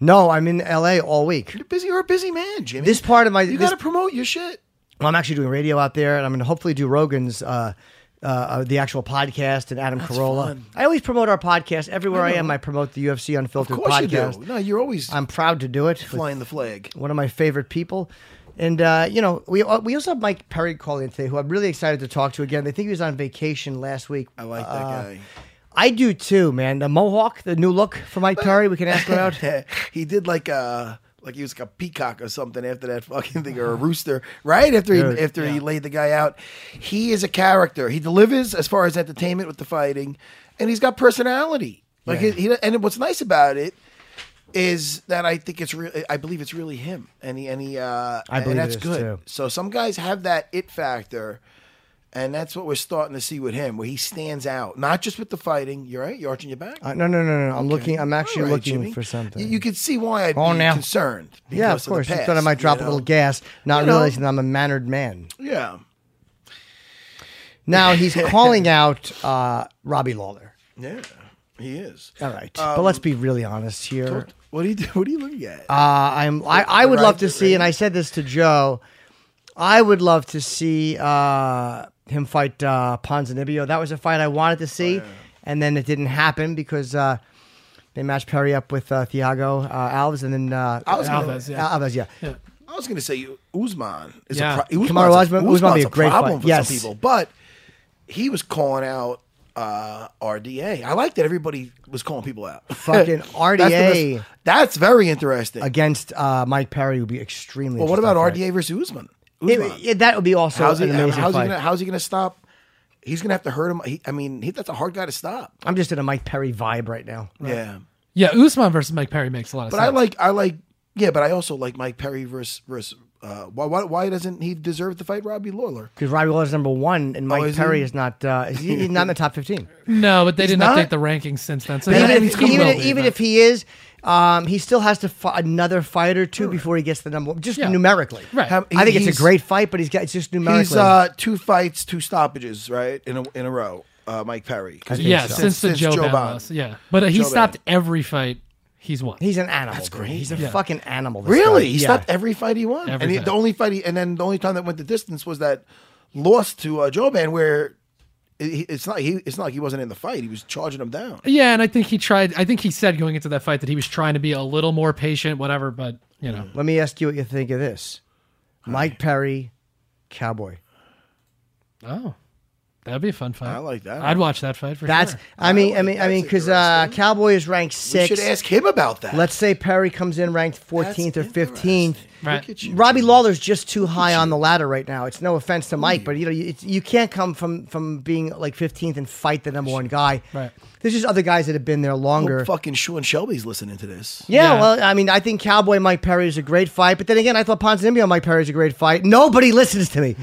B: No, I'm in LA all week.
C: You're busy. You're a busy man, Jimmy.
B: This part of my
C: you
B: this-
C: gotta promote your shit.
B: I'm actually doing radio out there, and I'm going to hopefully do Rogan's. Uh, uh, uh, the actual podcast and Adam Carolla.
C: fun.
B: I always promote our podcast everywhere I, am. I promote the UFC Unfiltered
C: Of course
B: podcast.
C: you do. No, you're always
B: I'm proud to do it. with
C: flying the flag.
B: one of my favorite people. And uh, you know, we uh, we also have Mike Perry calling in today, who I'm really excited to talk to again. They think he was on vacation last week.
C: I like that
B: Uh,
C: guy.
B: I do too, man. The mohawk, the new look for Mike Perry. We can ask him about.
C: he did like a like he was like a peacock or something after that fucking thing or a rooster right after he,
B: Dude,
C: after he laid the guy out he is a character he delivers as far as entertainment with the fighting and he's got personality like he, he- and what's nice about it is that I think it's real I believe it's really him and he and he uh
B: I believe
C: and
B: it
C: that's
B: is,
C: good
B: too.
C: so some guys have that it factor and that's what we're starting to see with him where he stands out not just with the fighting you're right you're arching your back
B: Uh, no, no, no, no. I'm looking. I'm actually
C: all right,
B: looking
C: Jimmy.
B: for something.
C: You, you can see why I'd
B: Oh,
C: be
B: now.
C: concerned.
B: yeah,
C: because
B: of course.
C: The
B: Just
C: past,
B: thought I might drop
C: you
B: a little
C: know?
B: gas, not
C: You know.
B: realizing I'm a mannered man.
C: Yeah.
B: Now he's calling out uh, Robbie Lawler.
C: Yeah. He is.
B: All right,
C: Um,
B: but let's be really honest here.
C: What are you do? What are you looking at?
B: Uh, I'm. I, I would
C: Right,
B: love to
C: right.
B: see, and I said this to Joe. I would love to see uh, him fight uh, Ponzinibbio. That was a fight I wanted to see,
C: Oh,
B: and then it didn't happen because uh, they matched Perry up with uh, Thiago uh, Alves, and then uh,
C: I was gonna-
F: Alves, yeah.
B: Alves, yeah.
C: I was going to say Uzman is
F: Yeah.
C: a pro-
B: Kamaru Usman-
C: Usman's
B: Usman would be
C: Usman's
B: a great
C: problem
B: fight.
C: for
B: Yes.
C: some people, but he was calling out uh, RDA. I like that everybody was calling people out.
B: Fucking
C: That's the
B: RDA.
C: best- That's very interesting.
B: Against uh, Mike Perry would be extremely.
C: well, what
B: interesting
C: about
B: fight.
C: RDA versus Usman?
B: It-
C: Usman.
B: it- that would be also
C: how's he,
B: an amazing
C: how's, he
B: fight.
C: gonna, how's he going to stop? He's going to have to hurt him. He, I mean, he, that's a hard guy to stop.
B: I'm just in a Mike Perry vibe right now.
C: Yeah.
F: Yeah, Usman versus Mike Perry makes a lot of
C: But
F: sense.
C: I like I like Yeah, but I also like Mike Perry versus versus. Uh, why, why why doesn't he deserve to fight Robbie Lawler?
B: Because Robbie Lawler's number one, and Mike
C: Oh, is he?
B: Perry is not. Uh, is- he- he's not in the top fifteen.
F: No, but they didn't
C: not?
F: update the rankings since then. So
B: But
F: he-
B: even
F: he
B: if,
F: will
B: even, if,
F: be,
B: even
F: but-
B: if he is, um, he still has to fight another fight or two before he gets the number one, just
F: Yeah.
B: numerically.
F: Right.
C: How-
B: I think it's
C: he's-
B: a great fight, but he's got it's just numerically.
C: He's uh, two fights, two stoppages, right in a in a row. Uh, Mike Perry. 'Cause he-
F: yeah, since, the Joe, Bad loss, yeah, but uh, he
C: Joe
F: stopped
C: Bad.
F: every fight he's won.
B: he's an animal. That's great. He's a
F: Yeah.
B: fucking animal. this
C: Really,
B: guy.
C: he
B: Yeah.
C: stopped every fight he won,
F: Every
C: and he,
F: fight.
C: the only fight he and then the only time that went the distance was that loss to uh, Joban, where it, he- it's not he it's not like he wasn't in the fight; he was charging him down.
F: yeah, and I think he tried. I think he said going into that fight that he was trying to be a little more patient, whatever. But you know,
B: Let me ask you what you think of this, Mike Perry, Cowboy.
F: oh, that'd be a fun fight.
C: I like that.
F: I'd watch that fight for
B: That's.
F: sure.
B: I mean, I mean, I mean, because uh, Cowboy is ranked
C: We
B: six.
C: should ask him about that.
B: Let's say Perry comes in ranked fourteenth or fifteenth.
F: Right.
B: Robbie Lawler's just too high on the ladder right now. It's no offense to
C: Mm.
B: Mike, but you know you, it's, you can't come from from being like 15th and fight the number one guy.
F: Right.
B: There's just other guys that have been there longer.
C: Hope fucking Sean Shelby's listening to this.
B: yeah,
F: Yeah.
B: well, I mean, I think Cowboy Mike Perry is a great fight, but then again, I thought Ponzinibbio Mike Perry is a great fight. Nobody listens to me.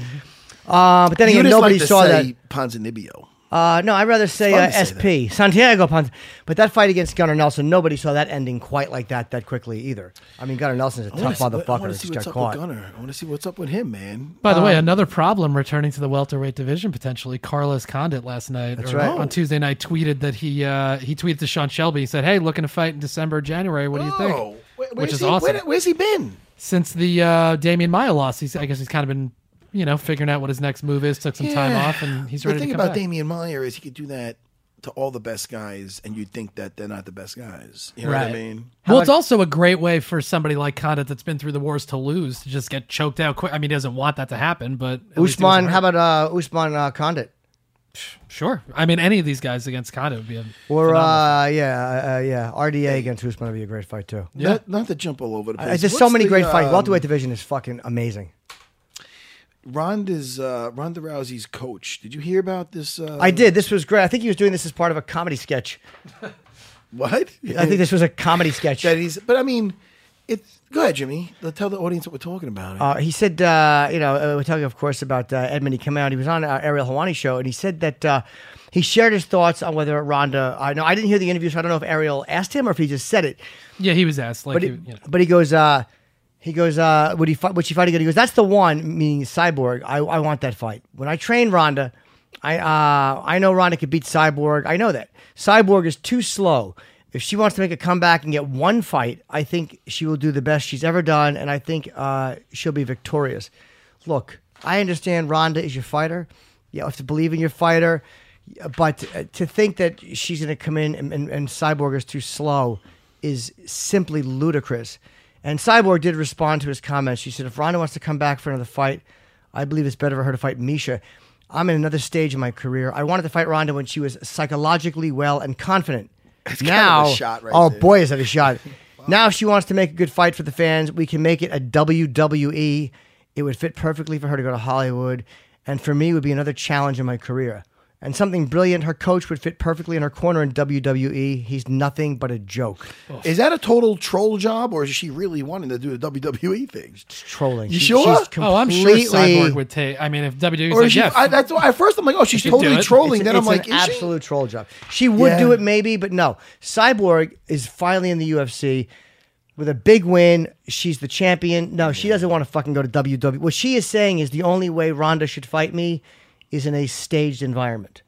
B: Uh, but then
C: Mm-hmm. You
B: again,
C: just
B: nobody
C: like to
B: saw
C: say
B: that.
C: Ponzinibbio.
B: Uh, no, I'd rather say,
C: fun
B: uh,
C: to say
B: SP Santiago Ponz. But that fight against Gunnar Nelson, nobody saw that ending quite like that that quickly either. I mean, Gunnar Nelson's a
C: I wanna
B: tough
C: see- I
B: motherfucker.
C: want to
B: He
C: see
B: just got
C: what's up
B: caught.
C: with Gunner. I want to see what's up with him, man.
F: By the way, another problem returning to the welterweight division potentially. Carlos Condit last night or
B: right.
F: on Tuesday night tweeted that he uh, he tweeted to Sean Shelby. He said, "Hey, looking to fight in December, January. What do you think?"
C: Oh, where-
F: Which
C: where's
F: is
C: he-
F: awesome.
C: where- where's he been?
F: Since the uh, Damian Maya loss, he's I guess he's kind of been you know figuring out what his next move is. Took some time
C: Yeah.
F: off, and he's
C: the
F: ready
C: thing
F: to come
C: about
F: back.
C: Damian Meyer is he could do that to all the best guys, and you'd think that they're not the best guys. You know what I
B: Right.
C: mean?
F: Well, it's also a great way for somebody like Condit that's been through the wars to lose to just get choked out quick. I mean, he doesn't want that to happen, but at least he
B: Usman,
F: wasn't
B: how
F: hurt.
B: about uh, Usman uh, Condit?
F: sure? I mean, any of these guys against Condit would be a
B: Or
F: phenomenal
B: uh, yeah, uh, yeah, RDA against Usman would be a great fight too. Uh,
F: Yeah.
C: Not, not to jump all over the place.
B: There's just so
C: What's
B: many
C: the,
B: great fights.
C: um,
B: Welterweight division is fucking amazing.
C: Ronda's uh, Ronda Rousey's coach. Did you hear about this? Uh,
B: I did. This was great. I think he was doing this as part of a comedy sketch.
C: what?
B: I think this was a comedy sketch.
C: that he's. But I mean, it's go ahead, Jimmy. Let- Tell the audience what we're talking about.
B: Uh, he said, uh, you know, uh, we're talking, of course, about uh, Edmund. He came out. He was on uh, Ariel Hawani's show, and he said that uh, he shared his thoughts on whether Ronda. I know I didn't hear the interview, so I don't know if Ariel asked him or if he just said it.
F: Yeah, he was asked. Like,
B: But
F: he,
B: he,
F: you know.
B: but he goes, uh, he goes, uh, would he fight? Would she fight again? He goes, that's the one, meaning Cyborg. I, I want that fight. When I train Ronda, I uh, I know Ronda could beat Cyborg. I know that Cyborg is too slow. If she wants to make a comeback and get one fight, I think she will do the best she's ever done, and I think uh, she'll be victorious. Look, I understand Ronda is your fighter. You have to believe in your fighter, but uh, to think that she's going to come in and, and, and Cyborg is too slow is simply ludicrous. And Cyborg did respond to his comments. She said, if Ronda wants to come back for another fight, I believe it's better for her to fight Misha. I'm in another stage in my career. I wanted to fight Ronda when she was psychologically well and confident.
C: kind of a
B: now,
C: shot right
B: oh
C: there.
B: boy, is that a shot. Now, if she wants to make a good fight for the fans, we can make it a WWE. It would fit perfectly for her to go to Hollywood. And for me, it would be another challenge in my career. And something brilliant, her coach would fit perfectly in her corner in WWE. He's nothing but a joke.
C: is that a total troll job, or is she really wanting to do the E WWE thing?
B: It's trolling.
C: You sure?
F: oh, I'm sure Cyborg would take. I mean, if WWE was
C: Or is
F: like,
C: she?
F: yeah,
C: I, that's why at first I'm like, oh, she's
F: should
C: totally
F: do it.
C: trolling.
B: It's,
C: then
B: it's
C: I'm like,
B: an
C: is she?
B: absolute troll job. She would do
C: Yeah.
B: it maybe, but no. Cyborg is finally in the UFC with a big win. She's the champion. No, she doesn't want to fucking go to WWE. What she is saying is the only way Ronda should fight me is in a staged environment.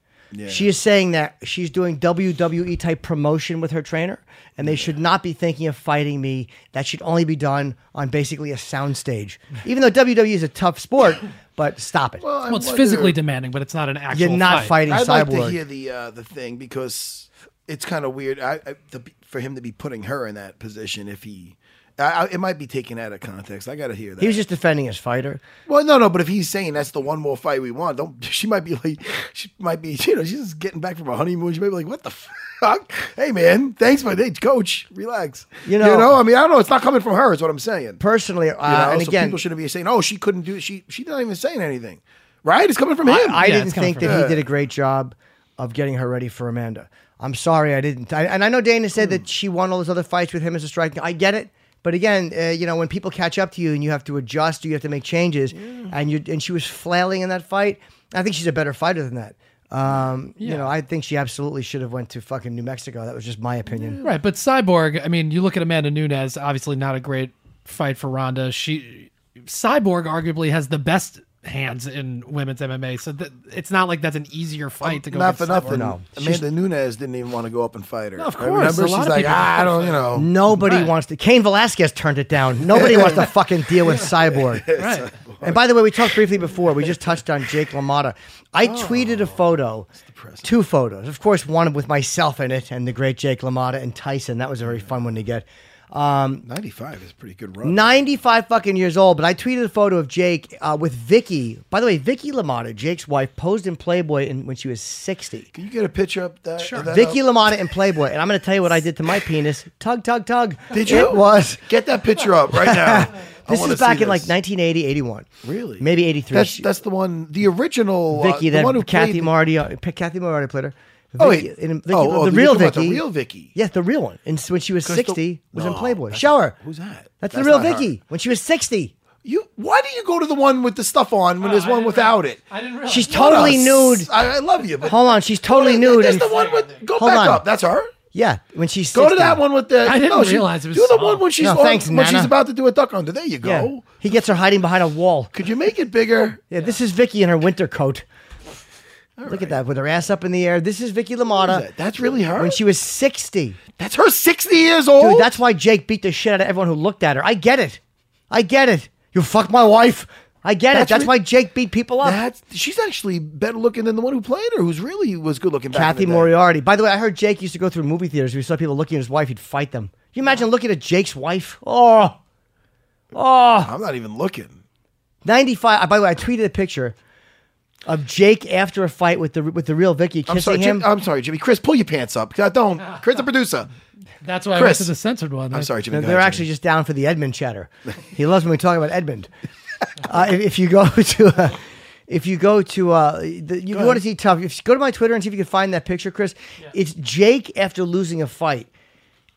B: She is saying that she's doing WWE type promotion with her trainer, and they should not be thinking of fighting me. That should only be done on basically a soundstage. Even though WWE is a tough sport, but stop it.
C: Well, I
F: well, it's
C: wonder-
F: physically demanding, but it's not an actual.
B: You're not
F: fight.
B: fighting
C: I'd
B: Cyborg.
C: like to hear the uh, the thing because it's kind of weird. I, I to, be- for him to be putting her in that position if he. I, I, it might be taken out of context. I got to hear that.
B: He was just defending his fighter.
C: well, no, no. But if he's saying that's the one more fight we want, don't she might be like, she might be, you know, she's just getting back from a honeymoon. She might be like, what the fuck? Hey, man, thanks for the coach. Relax.
B: You know-
C: you know, I mean, I don't know. It's not coming from her. Is what I'm saying.
B: Personally, uh,
C: You know,
B: and
C: so
B: again,
C: people shouldn't be saying, "Oh, she couldn't do." She she's not even saying anything, right? It's coming from him.
B: I
F: Yeah,
B: didn't
F: it's coming
B: think
F: from
B: that he
C: her.
B: did a great job of getting her ready for
C: Hmm.
B: Amanda. I'm sorry, I didn't. I, and I know Dana said that she won all those other fights with him as a striker. I get it. But again, uh, you know, when people catch up to you and you have to adjust, you have to make changes, and you and she was flailing in that fight. I think she's a better fighter than that. Um, You know, I think she absolutely should have went to fucking New Mexico. That was just my opinion.
F: Right, but Cyborg, I mean, you look at Amanda Nunes, obviously not a great fight for Ronda. She Cyborg arguably has the best hands in women's MMA. So th- it's not like that's an easier fight to go
C: Oh, Not for
F: against Cyborg.
C: nothing. Amanda Nunes didn't even want to go up and fight her.
F: No, of
C: I
F: course.
C: remember
F: A
C: she's
F: lot of
C: like,
F: people
C: ah, I
F: don't
C: don't, you know.
B: Nobody
F: Right.
B: wants to. Kane Velasquez turned it down. Nobody wants to fucking deal with Cyborg.
F: Right.
C: uh,
B: And by the way, we talked briefly before. We just touched on Jake LaMotta. I
C: Oh.
B: tweeted a photo, two photos. Of course, one with myself in it and the great Jake LaMotta and Tyson. That was a
C: Mm.
B: very fun one to get.
C: 95 is a pretty good run.
B: 95 fucking years old, but I tweeted a photo of Jake uh, with Vicky. By the way, Vicky LaMotta, Jake's wife, posed in Playboy in, when she was 60.
C: Can you get a picture up that? Sure. That
B: Vicky
C: up?
B: LaMotta in Playboy. And I'm going to tell you what I did to my penis. Tug, tug, tug.
C: Did you?
B: It was.
C: Get that picture up right now. I
B: This
C: wanna
B: is back
C: see
B: in like
C: this.
B: 1980, 81.
C: Really?
B: Maybe 83.
C: That's that's the one, the original uh,
B: Vicky,
C: the
B: that
C: one who
B: Kathy
C: played-
B: Marty, uh, P- Kathy Moriarty played her.
C: Oh,
B: Vicky-
C: wait.
B: in- Vicky-
C: Oh,
B: the
C: oh, you're
B: real
C: talking about
B: Vicky.
C: the real Vicky.
B: Yes, the real one. And s- when she was
C: 'Cause the-
B: 60, was in
C: No,
B: Playboy.
C: that's-
B: Show her.
C: who's that?
B: That's, the
C: That's
B: real
C: not her.
B: Vicky. When she was 60.
C: You why do you go to the one with the stuff on when there's one without it?
F: I didn't realize.
B: She's
C: What
B: totally
C: a
B: nude.
C: s- I, I love you, but
B: Hold on, she's totally
C: What is-
B: nude.
C: That's
B: and-
C: the one with. Go
B: Hold
C: back
B: on.
C: up. That's her.
B: Yeah, when she's
C: Go to
B: 60.
C: that one with the.
F: I didn't
C: no, she-
F: realize it was
C: Do the
F: soft.
C: one when she's
B: No,
C: on-
B: thanks,
C: when
B: Nana.
C: she's about to do a duck under. There you go.
B: Yeah. He gets her hiding behind a wall.
C: Could you make it bigger?
B: Yeah, this is Vicky in her winter coat. Look at that with her ass up in the air. This is Vicky LaMotta.
C: that? That's really her?
B: When she was 60.
C: That's her sixty years old.
B: Dude, that's why Jake beat the shit out of everyone who looked at her. I get it. I get it. You fucked my wife. I get it.
C: That's
B: That's
C: re-
B: why Jake beat people up.
C: That's- she's actually better looking than the one who played her, who's really was good looking. Back
B: Kathy
C: in the day.
B: Moriarty. By the way, I heard Jake used to go through movie theaters. We saw people looking at his wife. He'd fight them. Can You imagine looking at Jake's wife? Oh,
C: I'm not even looking.
B: 95. uh, By the way, I tweeted a picture of Jake after a fight with the with the real Vicky kissing
C: I'm sorry, uh,
B: him.
C: Jim, I'm sorry, Jimmy. Chris, pull your pants up. 'cause I don't. Chris, the producer.
F: That's why I went
C: Chris.
F: to the censored one.
C: I'm sorry, Jimmy.
B: No,
C: go
B: they're
C: ahead,
B: actually just down for the Edmund chatter. He loves when we talk about Edmund. uh, if, if you go to, uh, if you go to, uh, the, you, want to see tough. If you go to my Twitter and see if you can find that picture, Chris. It's Jake after losing a fight,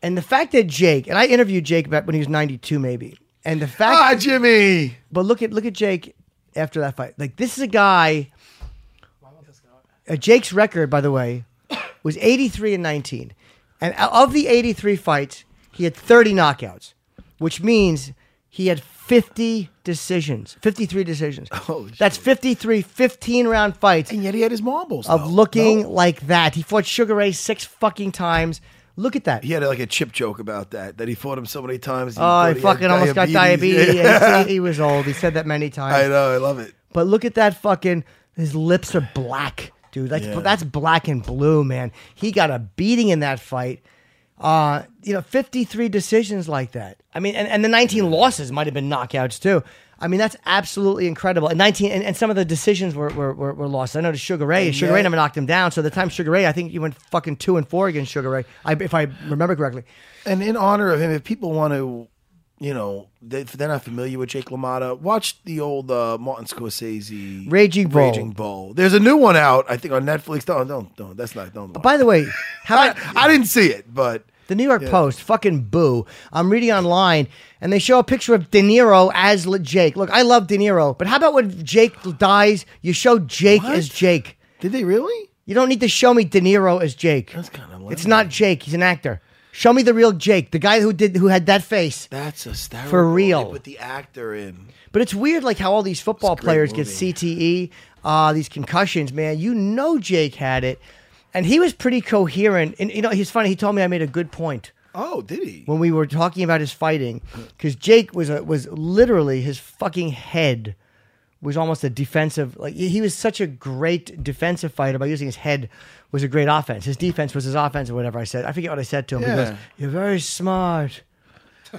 B: and the fact that Jake and I interviewed Jake back when he was 92, maybe, and the fact
C: Ah, Jimmy.
B: but look at look at Jake after that fight. Like this is a guy. Uh, Jake's record, by the way, was 83 and 19, and o- of the 83 fights, he had 30 knockouts, which means he had 50 decisions, 53 decisions. Oh, That's 53 15 round fights
C: And yet he had his marbles.
B: of
C: though.
B: looking
C: No?
B: like that. He fought Sugar Ray six fucking times. Look at that.
C: He had like a chip joke about that. That he fought him so many times.
B: Oh,
C: thought
B: he
C: had
B: fucking almost got diabetes. Yeah, he, said he was old. He said that many times.
C: I know. I love it.
B: But look at that fucking. His lips are black, dude. That's
C: Yeah.
B: that's black and blue, man. He got a beating in that fight. Uh, you know, fifty three decisions like that. I mean, and, and the nineteen losses might have been knockouts too. I mean, that's absolutely incredible. And nineteen, and, and some of the decisions were were, were, were lost. I noticed Sugar Ray. Sugar Ray
C: yet-
B: never knocked him down. So the time Sugar Ray, I think he went fucking two and four against Sugar Ray, I, if I remember correctly.
C: And in honor of him, if people want to, you know, they, if they're not familiar with Jake LaMotta, watch the old uh, Martin Scorsese
B: Raging Bull.
C: Raging Bull. There's a new one out, I think, on Netflix. Don't, don't, don't. That's not, don't.
B: By the way, how about
C: I, I didn't see it, but
B: The New York
C: Yeah.
B: Post, fucking boo. I'm reading online, and they show a picture of De Niro as Le- Jake. Look, I love De Niro, but how about when Jake dies, you show Jake
C: What?
B: as Jake?
C: did they really?
B: You don't need to show me De Niro as Jake.
C: That's kinda lame.
B: It's not Jake. He's an actor. Show me the real Jake, the guy who did who had that face.
C: That's hysterical.
B: For real.
C: They put the actor in.
B: But it's weird, like how all these football
C: It's a great
B: players get
C: movie.
B: CTE, uh, these concussions. Man, you know Jake had it, and he was pretty coherent. And you know, he's funny. He told me I made a good point.
C: Oh, did he?
B: when we were talking about his fighting because Jake was a, was literally his fucking head was almost a defensive like he he was such a great defensive fighter by using his head was a great offense. His defense was his offense or whatever I said. I forget what I said to him. He
C: Yeah.
B: goes, "You're very smart."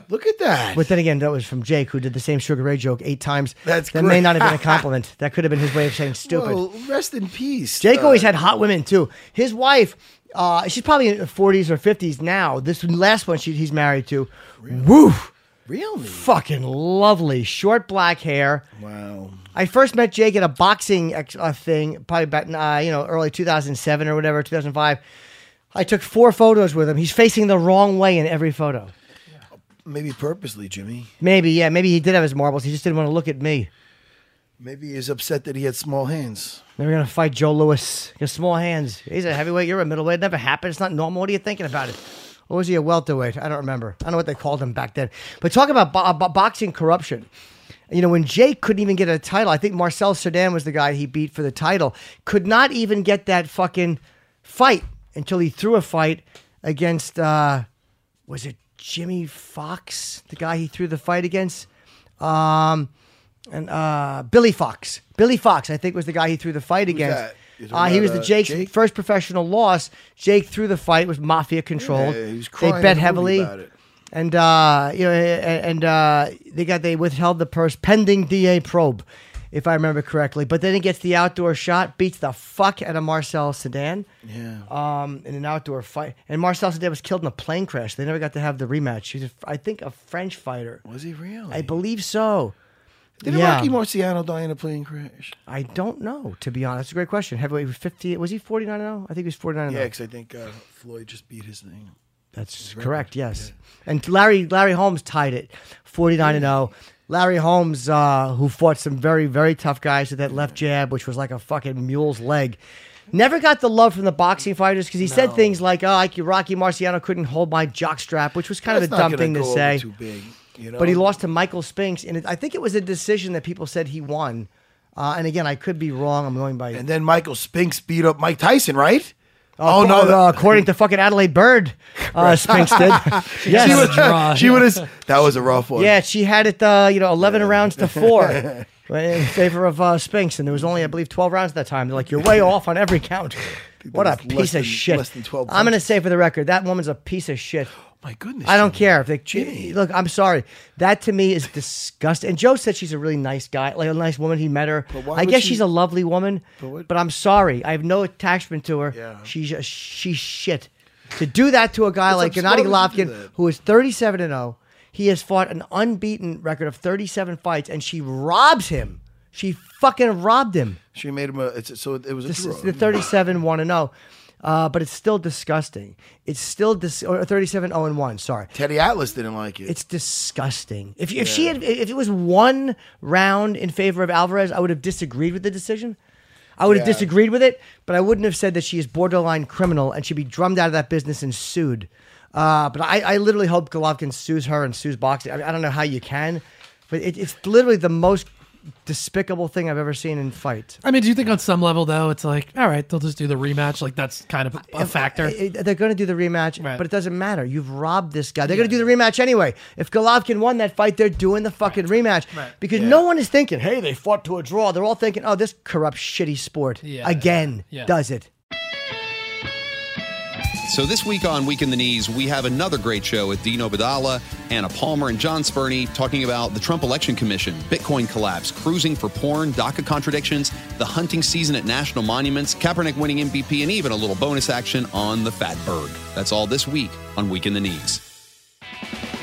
C: Look at that.
B: But then again, that was from Jake who did the same Sugar Ray joke eight times.
C: That's
B: that may
C: great.
B: not have been a compliment. that could have been his way of saying stupid.
C: Well, rest in peace.
B: Jake
C: uh,
B: always had hot women too. His wife, uh, she's probably in her 40s or 50s now. This last one she, he's married to, woof.
C: Really?
B: fucking lovely, short black hair.
C: Wow.
B: I first met Jake at a boxing ex- uh, thing, probably back in, uh, you know early 2007 or whatever, 2005. I took four photos with him. He's facing the wrong way in every photo.
C: Maybe purposely, Jimmy.
B: Maybe, yeah, maybe he did have his marbles. He just didn't want to look at me.
C: Maybe he's upset that he had small hands.
B: Then we're gonna fight Joe Lewis. Got small hands. He's a heavyweight. You're a middleweight. It never happened. It's not normal. What are you thinking about it? Or was he a welterweight? I don't remember. I don't know what they called him back then. But talk about bo- uh, bo- boxing corruption. You know, when Jake couldn't even get a title, I think Marcel Sedan was the guy he beat for the title. Could not even get that fucking fight until he threw a fight against uh, was it Jimmy Fox, the guy he threw the fight against? Um, and uh, Billy Fox. Billy Fox, I think, was the guy he threw the fight against.
C: that? You're talking
B: Uh, he was
C: about,
B: the
C: uh,
B: Jake's
C: Jake?
B: first professional loss. Jake threw the fight. It was mafia controlled.
C: Yeah, he was
B: they
C: crying
B: bet
C: in the movie
B: heavily.
C: about it.
B: And uh, you know, and uh, they got they withheld the purse pending DA probe, if I remember correctly. But then he gets the outdoor shot, beats the fuck out of Marcel Sedan
C: Yeah.
B: um, in an outdoor fight. And Marcel Sedan was killed in a plane crash. They never got to have the rematch. He's, a, I think, a French fighter.
C: Was he really?
B: I believe so.
C: Did
B: yeah.
C: Rocky Marciano die in a plane crash?
B: I don't know, to be honest. It's a great question. Heavyweight was 50. Was he 49 and 0? I think he was 49 and oh.
C: Yeah,
B: 0.
C: because I think uh, Floyd just beat his thing.
B: That's correct, yes. And Larry Larry Holmes tied it 49 and 0. Larry Holmes, uh, who fought some very, very tough guys with that left jab, which was like a fucking mule's leg, never got the love from the boxing fighters because he said things like, oh, like Rocky Marciano couldn't hold my jockstrap, which was kind
C: That's
B: of a
C: not
B: dumb
C: gonna
B: thing to
C: go over
B: say.
C: Too big, you know?
B: But he lost to Michael Spinks, and it, I think it was a decision that people said he won. Uh, and again, I could be wrong. I'm going by uh,
C: And then Michael Spinks beat up Mike Tyson, right? oh
B: Acco-
C: no,
B: uh,
C: that,
B: according to fucking Adelaide Bird, uh, Spinks did. yes.
F: She was draw.
C: she would have. That was a rough one.
B: yeah, she had it. Uh, you know, eleven rounds to four in favor of uh, Spinks, and there was only, I believe, twelve rounds at that time. They're like, you're way off on every count. What a
C: was less
B: piece
C: than-
B: of shit.
C: less than 12
B: I'm gonna say for the record, that woman's a piece of shit.
C: My goodness.
B: I don't
C: Jimmy.
B: care if they look. I'm sorry. That to me is disgusting. And Joe said she's a really nice guy, like a nice woman. He met her.
C: why
B: I
C: would
B: guess
C: she-
B: she's a lovely woman. But,
C: what-
B: I'm sorry. I have no attachment to her.
C: Yeah.
B: She's a, she's shit. To do that to a guy like
C: absurd
B: Gennady
C: that you do
B: Golovkin,
C: that.
B: who is 37 and 0, he has fought an unbeaten record of 37 fights, and she robs him. She fucking robbed him.
C: She made him a. It's, so it was a
B: This
C: draw.
B: is the 37 1 and 0. Uh, but it's still disgusting. It's still dis- or 37 0 and 1, sorry.
C: Teddy Atlas didn't like it.
B: It's disgusting. If, if she had, if it was one round in favor of Alvarez, I would have disagreed with the decision. I would have
C: Yeah.
B: disagreed with it, but I wouldn't have said that she is borderline criminal and should be drummed out of that business and sued. Uh, but I, I literally hope Golovkin sues her and sues boxing. I, mean, I don't know how you can, but it, it's literally the most despicable thing I've ever seen in fight.
F: I mean, do you think on some level though, it's like, all right, they'll just do the rematch. Like that's kind of a factor.
B: I- I- they're going to do the rematch,
F: Right.
B: but it doesn't matter. You've robbed this guy. They're going to do the rematch anyway. If Golovkin won that fight, they're doing the fucking rematch because no one is thinking, "Hey, they fought to a draw." They're all thinking, "Oh, this corrupt, shitty sport
F: Yeah.
B: again
F: Yeah.
B: does it."
H: So this week on Week in the Knees, we have another great show with Dino Badala, Anna Palmer, and John Sperney talking about the Trump Election Commission, Bitcoin collapse, cruising for porn, DACA contradictions, the hunting season at national monuments, Kaepernick winning MVP, and even a little bonus action on the Fatberg. That's all this week on Week in the Knees.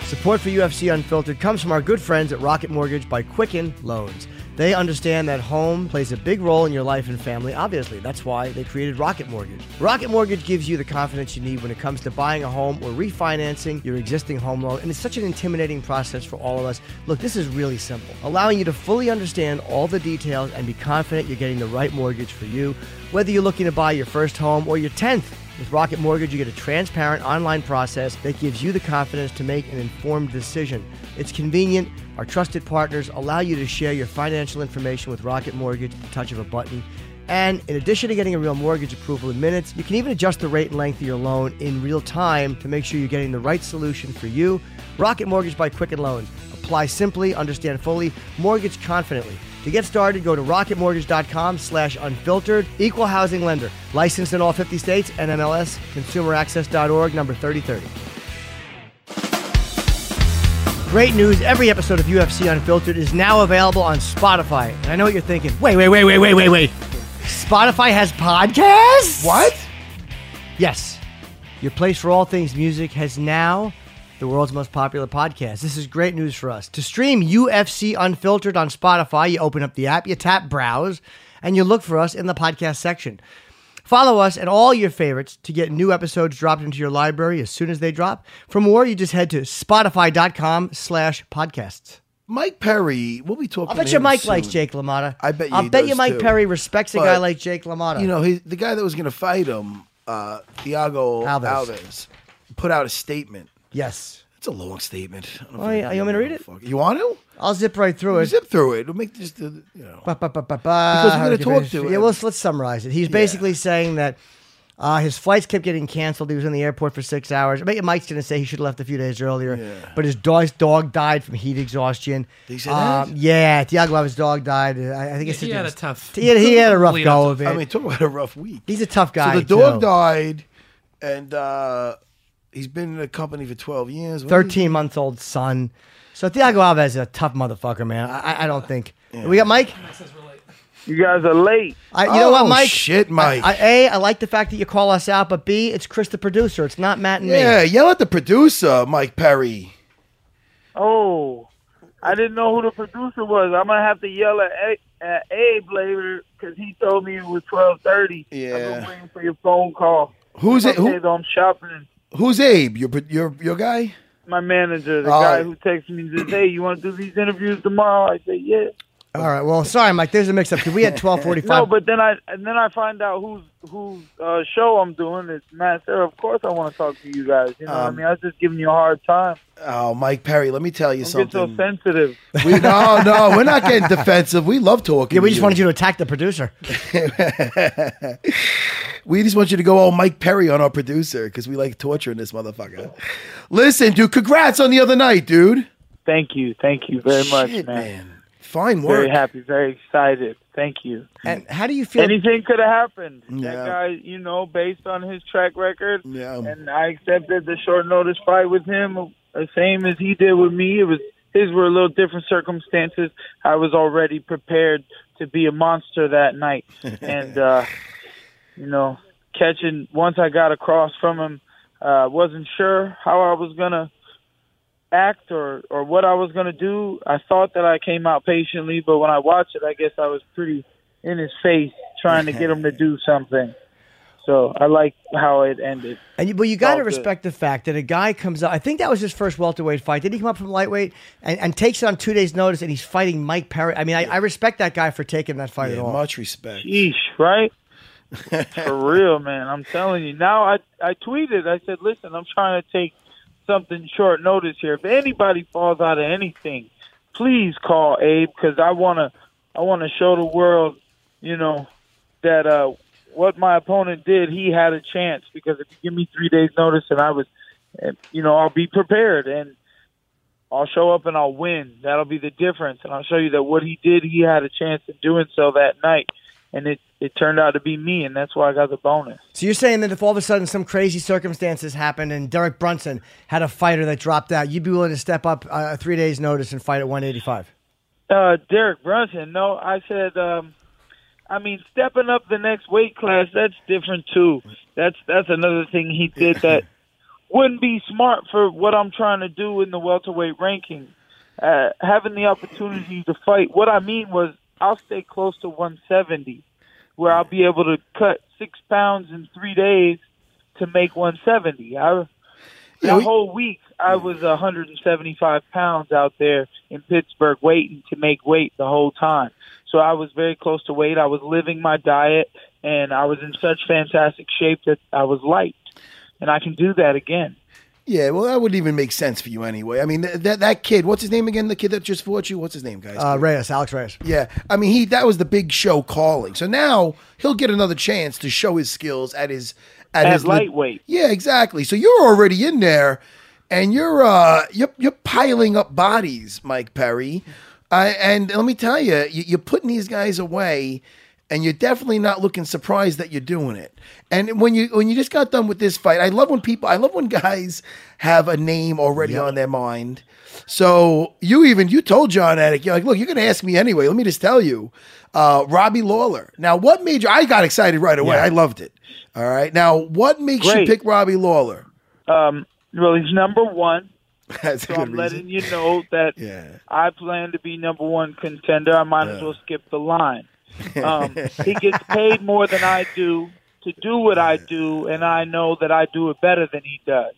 B: Support for UFC Unfiltered comes from our good friends at Rocket Mortgage by Quicken Loans. They understand that home plays a big role in your life and family, obviously. That's why they created Rocket Mortgage. Rocket Mortgage gives you the confidence you need when it comes to buying a home or refinancing your existing home loan, and it's such an intimidating process for all of us. Look, this is really simple, allowing you to fully understand all the details and be confident you're getting the right mortgage for you, whether you're looking to buy your first home or your 10th. With Rocket Mortgage, you get a transparent online process that gives you the confidence to make an informed decision. It's convenient. Our trusted partners allow you to share your financial information with Rocket Mortgage at the touch of a button. And in addition to getting a real mortgage approval in minutes, you can even adjust the rate and length of your loan in real time to make sure you're getting the right solution for you. Rocket Mortgage by Quicken Loans. Apply simply, understand fully, mortgage confidently. To get started, go to rocketmortgage.com slash unfiltered. Equal housing lender. Licensed in all 50 states. NMLS. ConsumerAccess.org. Number 3030. Great news. Every episode of UFC Unfiltered is now available on Spotify. And I know what you're thinking. Wait, wait, wait, wait, wait, wait, wait. Spotify has podcasts?
C: what?
B: Yes. Your place for all things music has now the world's most popular podcast. This is great news for us. To stream UFC Unfiltered on Spotify, you open up the app, you tap browse, and you look for us in the podcast section. Follow us and all your favorites to get new episodes dropped into your library as soon as they drop. For more, you just head to spotify.com slash podcasts.
C: Mike Perry, we'll be talking.
B: I bet
C: to
B: you
C: him
B: Mike
C: soon.
B: likes Jake LaMotta.
C: I bet you
B: I
C: he
B: bet you
C: does,
B: Mike
C: too.
B: Perry respects a
C: But,
B: guy like Jake LaMotta.
C: You know, he, the guy that was going to fight him, uh, Thiago
B: Alves.
C: Alves. put out a statement.
B: yes.
C: It's a long statement. I don't know
B: Oh,
C: if
B: yeah, you want me to read it?
C: fuck- You want to?
B: I'll zip right through it.
C: Zip through it. It'll make just uh, you know.
B: Ba, ba, ba, ba, ba.
C: Because we're gonna talk to
B: Yeah,
C: him.
B: well, let's summarize it. He's basically saying that uh, his flights kept getting canceled. He was in the airport for six hours. I mean, Mike's going to say he should have left a few days earlier, but his dog, his dog died from heat exhaustion. Um,
C: They said that?
B: yeah, Tiago Love's dog died. I, I think
F: Yeah,
B: it's
F: he had a tough-
B: He had, he had a rough
F: lead
B: go
F: up
B: of it.
C: I mean, talk about a rough week.
B: He's a tough guy.
C: So the dog
B: too.
C: died, and uh, he's been in the company for twelve years. What did he-
B: thirteen month old son. So Thiago Alves is a tough motherfucker, man. I, I- I don't think we got Mike.
I: You guys are late.
B: I, you know what,
C: Oh,
B: Mike?
C: shit, Mike.
B: I, I, a, I like the fact that you call us out, but B, it's Chris the producer. It's not Matt and me.
C: Yeah, yell at the producer, Mike Perry.
I: Oh, I didn't know who the producer was. I'm gonna have to yell at, A- at Abe later because he told me it was 12:30. I've
C: Yeah.
I: been waiting for your phone call.
C: Who's it?
I: Okay,
C: Who,
I: though, I'm shopping.
C: who's Abe? Your pro- your your guy?
I: My manager, the
C: All
I: guy
C: right.
I: who texted me and said, "Hey, you want to do these interviews tomorrow?" I said, "Yeah."
B: All right. Well, sorry, Mike. There's a mix up because we had twelve forty
I: No,
B: five.
I: but then I and then I find out whose whose uh, show I'm doing. It's Matt Sarah. Of course, I want to talk to you guys. You know,
C: Um,
I: what I mean, I was just giving you a hard time.
C: Oh, Mike Perry. Let me tell you
I: Don't get so
C: something.
I: sensitive.
C: we, no, no, we're not getting defensive. We love talking.
B: yeah, we
C: to
B: just wanted you to attack the producer.
C: We just want you to go all Mike Perry on our producer because we like torturing this motherfucker. Listen, dude. Congrats on the other night, dude.
I: Thank you, thank you very much,
C: Shit,
I: man.
C: Fine work.
I: Very happy, very excited. Thank you.
B: And how do you feel?
I: Anything could have happened.
C: Yeah.
I: That guy, you know, based on his track record,
C: Yeah.
I: and I accepted the short notice fight with him, the same as he did with me. It was his were a little different circumstances. I was already prepared to be a monster that night, and uh, you know, catching once I got across from him, uh, wasn't sure how I was gonna act or or what I was gonna do. I thought that I came out patiently, but when I watched it, I guess I was pretty in his face trying to get him to do something. So I like how it ended.
B: And you, but you got to
I: all good.
B: respect the fact that a guy comes up. I think that was his first welterweight fight. Did he come up from lightweight and, and takes it on two days' notice? And he's fighting Mike Perry. I mean, I, I respect that guy for taking that fight at
C: Yeah,
B: all.
C: much respect.
I: Yeesh, right? For real, man. I'm telling you. Now I I tweeted. I said, listen, I'm trying to take something short notice here. If anybody falls out of anything, please call Abe because I wanna I wanna show the world, you know, that uh what my opponent did, he had a chance because if you give me three days notice and I was, eh, you know, I'll be prepared and I'll show up and I'll win. That'll be the difference. And I'll show you that what he did, he had a chance of doing so that night. And it, it turned out to be me, and that's why I got the bonus.
B: So you're saying that if all of a sudden some crazy circumstances happened and Derek Brunson had a fighter that dropped out, you'd be willing to step up uh, three days' notice and fight at 185?
I: Uh, Derek Brunson, no, I said, um, I mean, stepping up the next weight class, that's different too. That's that's another thing he did that wouldn't be smart for what I'm trying to do in the welterweight ranking. Uh, having the opportunity to fight, what I mean was, I'll stay close to 170, where I'll be able to cut six pounds in three days to make 170. I
C: Yeah,
I: that
C: we-
I: whole week, I was 175 pounds out there in Pittsburgh waiting to make weight the whole time. So I was very close to weight. I was living my diet, and I was in such fantastic shape that I was light. And I can do that again.
C: Yeah, well, that wouldn't even make sense for you anyway. I mean, th- that that kid, what's his name again? The kid that just fought you, what's his name, guys?
B: Uh, Reyes, Alex Reyes.
C: yeah, I mean, he that was the big show calling. So now he'll get another chance to show his skills at his at,
I: At
C: his
I: lightweight.
C: yeah, exactly. So you're already in there, and you're uh you're you're piling up bodies, Mike Perry. Uh, and let me tell you, you, you're putting these guys away, and you're definitely not looking surprised that you're doing it. And when you when you just got done with this fight, I love when people, I love when guys have a name already on their mind. So you even you told John Attic, you're like, look, you're going to ask me anyway. Let me just tell you, uh, Robbie Lawler. Now, what made you? I got excited right away. I loved it. All right. Now, what makes
I: Great.
C: you pick Robbie Lawler?
I: Um, well, he's number one.
C: That's a
I: So
C: good
I: I'm letting
C: reason.
I: you know that
C: Yeah.
I: I plan to be number one contender. I might as well skip the line. Um, he gets paid more than I do. to do what I do, and I know that I do it better than he does.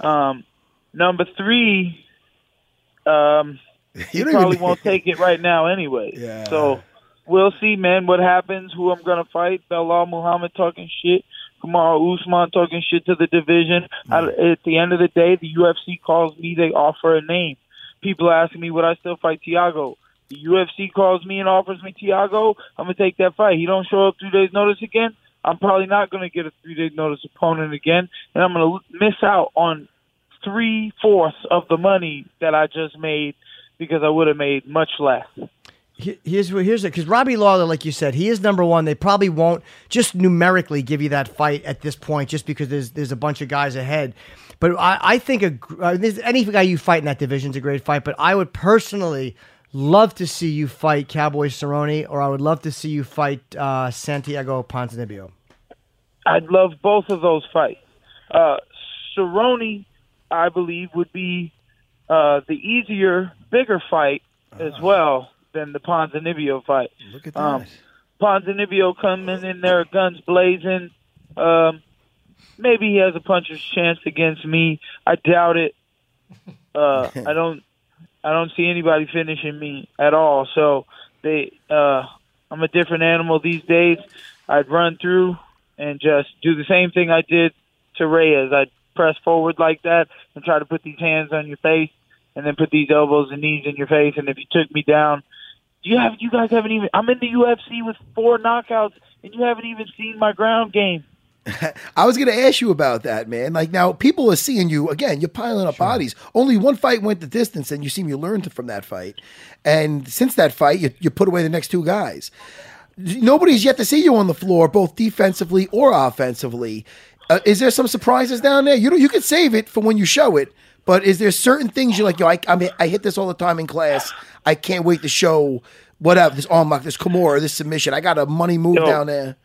I: Um, number three, um, he
C: don't even
I: probably
C: need-
I: won't take it right now anyway.
C: Yeah.
I: So we'll see, man, what happens, who I'm going to fight. Belal Muhammad talking shit. Kamaru Usman talking shit to the division.
C: Mm.
I: I, at the end of the day, the UFC calls me, they offer a name. People asking me, would I still fight Tiago? The UFC calls me and offers me Tiago. I'm going to take that fight. He don't show up two days' notice again. I'm probably not going to get a three day notice opponent again, and I'm going to miss out on three fourths of the money that I just made because I would have made much less.
B: He- Here's where here's it because Robbie Lawler, like you said, he is number one. They probably won't just numerically give you that fight at this point, just because there's there's a bunch of guys ahead. But I, I think a, gr- uh, there's any guy you fight in that division is a great fight. But I would personally love to see you fight Cowboy Cerrone, or I would love to see you fight uh, Santiago Ponzinibbio.
I: I'd love both of those fights. Uh, Cerrone, I believe, would be uh, the easier, bigger fight as well than the Ponzinibbio fight.
C: Uh-huh. Look at that.
I: Um, Ponzinibbio coming in there, guns blazing. Um, maybe he has a puncher's chance against me. I doubt it. Uh, I don't. I don't see anybody finishing me at all. So they, uh, I'm a different animal these days. I'd run through and just do the same thing I did to Reyes. I'd press forward like that and try to put these hands on your face, and then put these elbows and knees in your face. And if you took me down, you have you guys haven't even. I'm in the UFC with four knockouts, and you haven't even seen my ground game.
C: I was going to ask you about that, man. Like now, people are seeing you again. You're piling up bodies. Only one fight went the distance, and you seem you learned from that fight. And since that fight, you, you put away the next two guys. Nobody's yet to see you on the floor, both defensively or offensively. Uh, is there some surprises down there? You know, you could save it for when you show it. But is there certain things you're like, yo, I, I'm, I hit this all the time in class. I can't wait to show whatever this arm lock, this Kimura, this submission. I got a money move
I: Yo.
C: down there.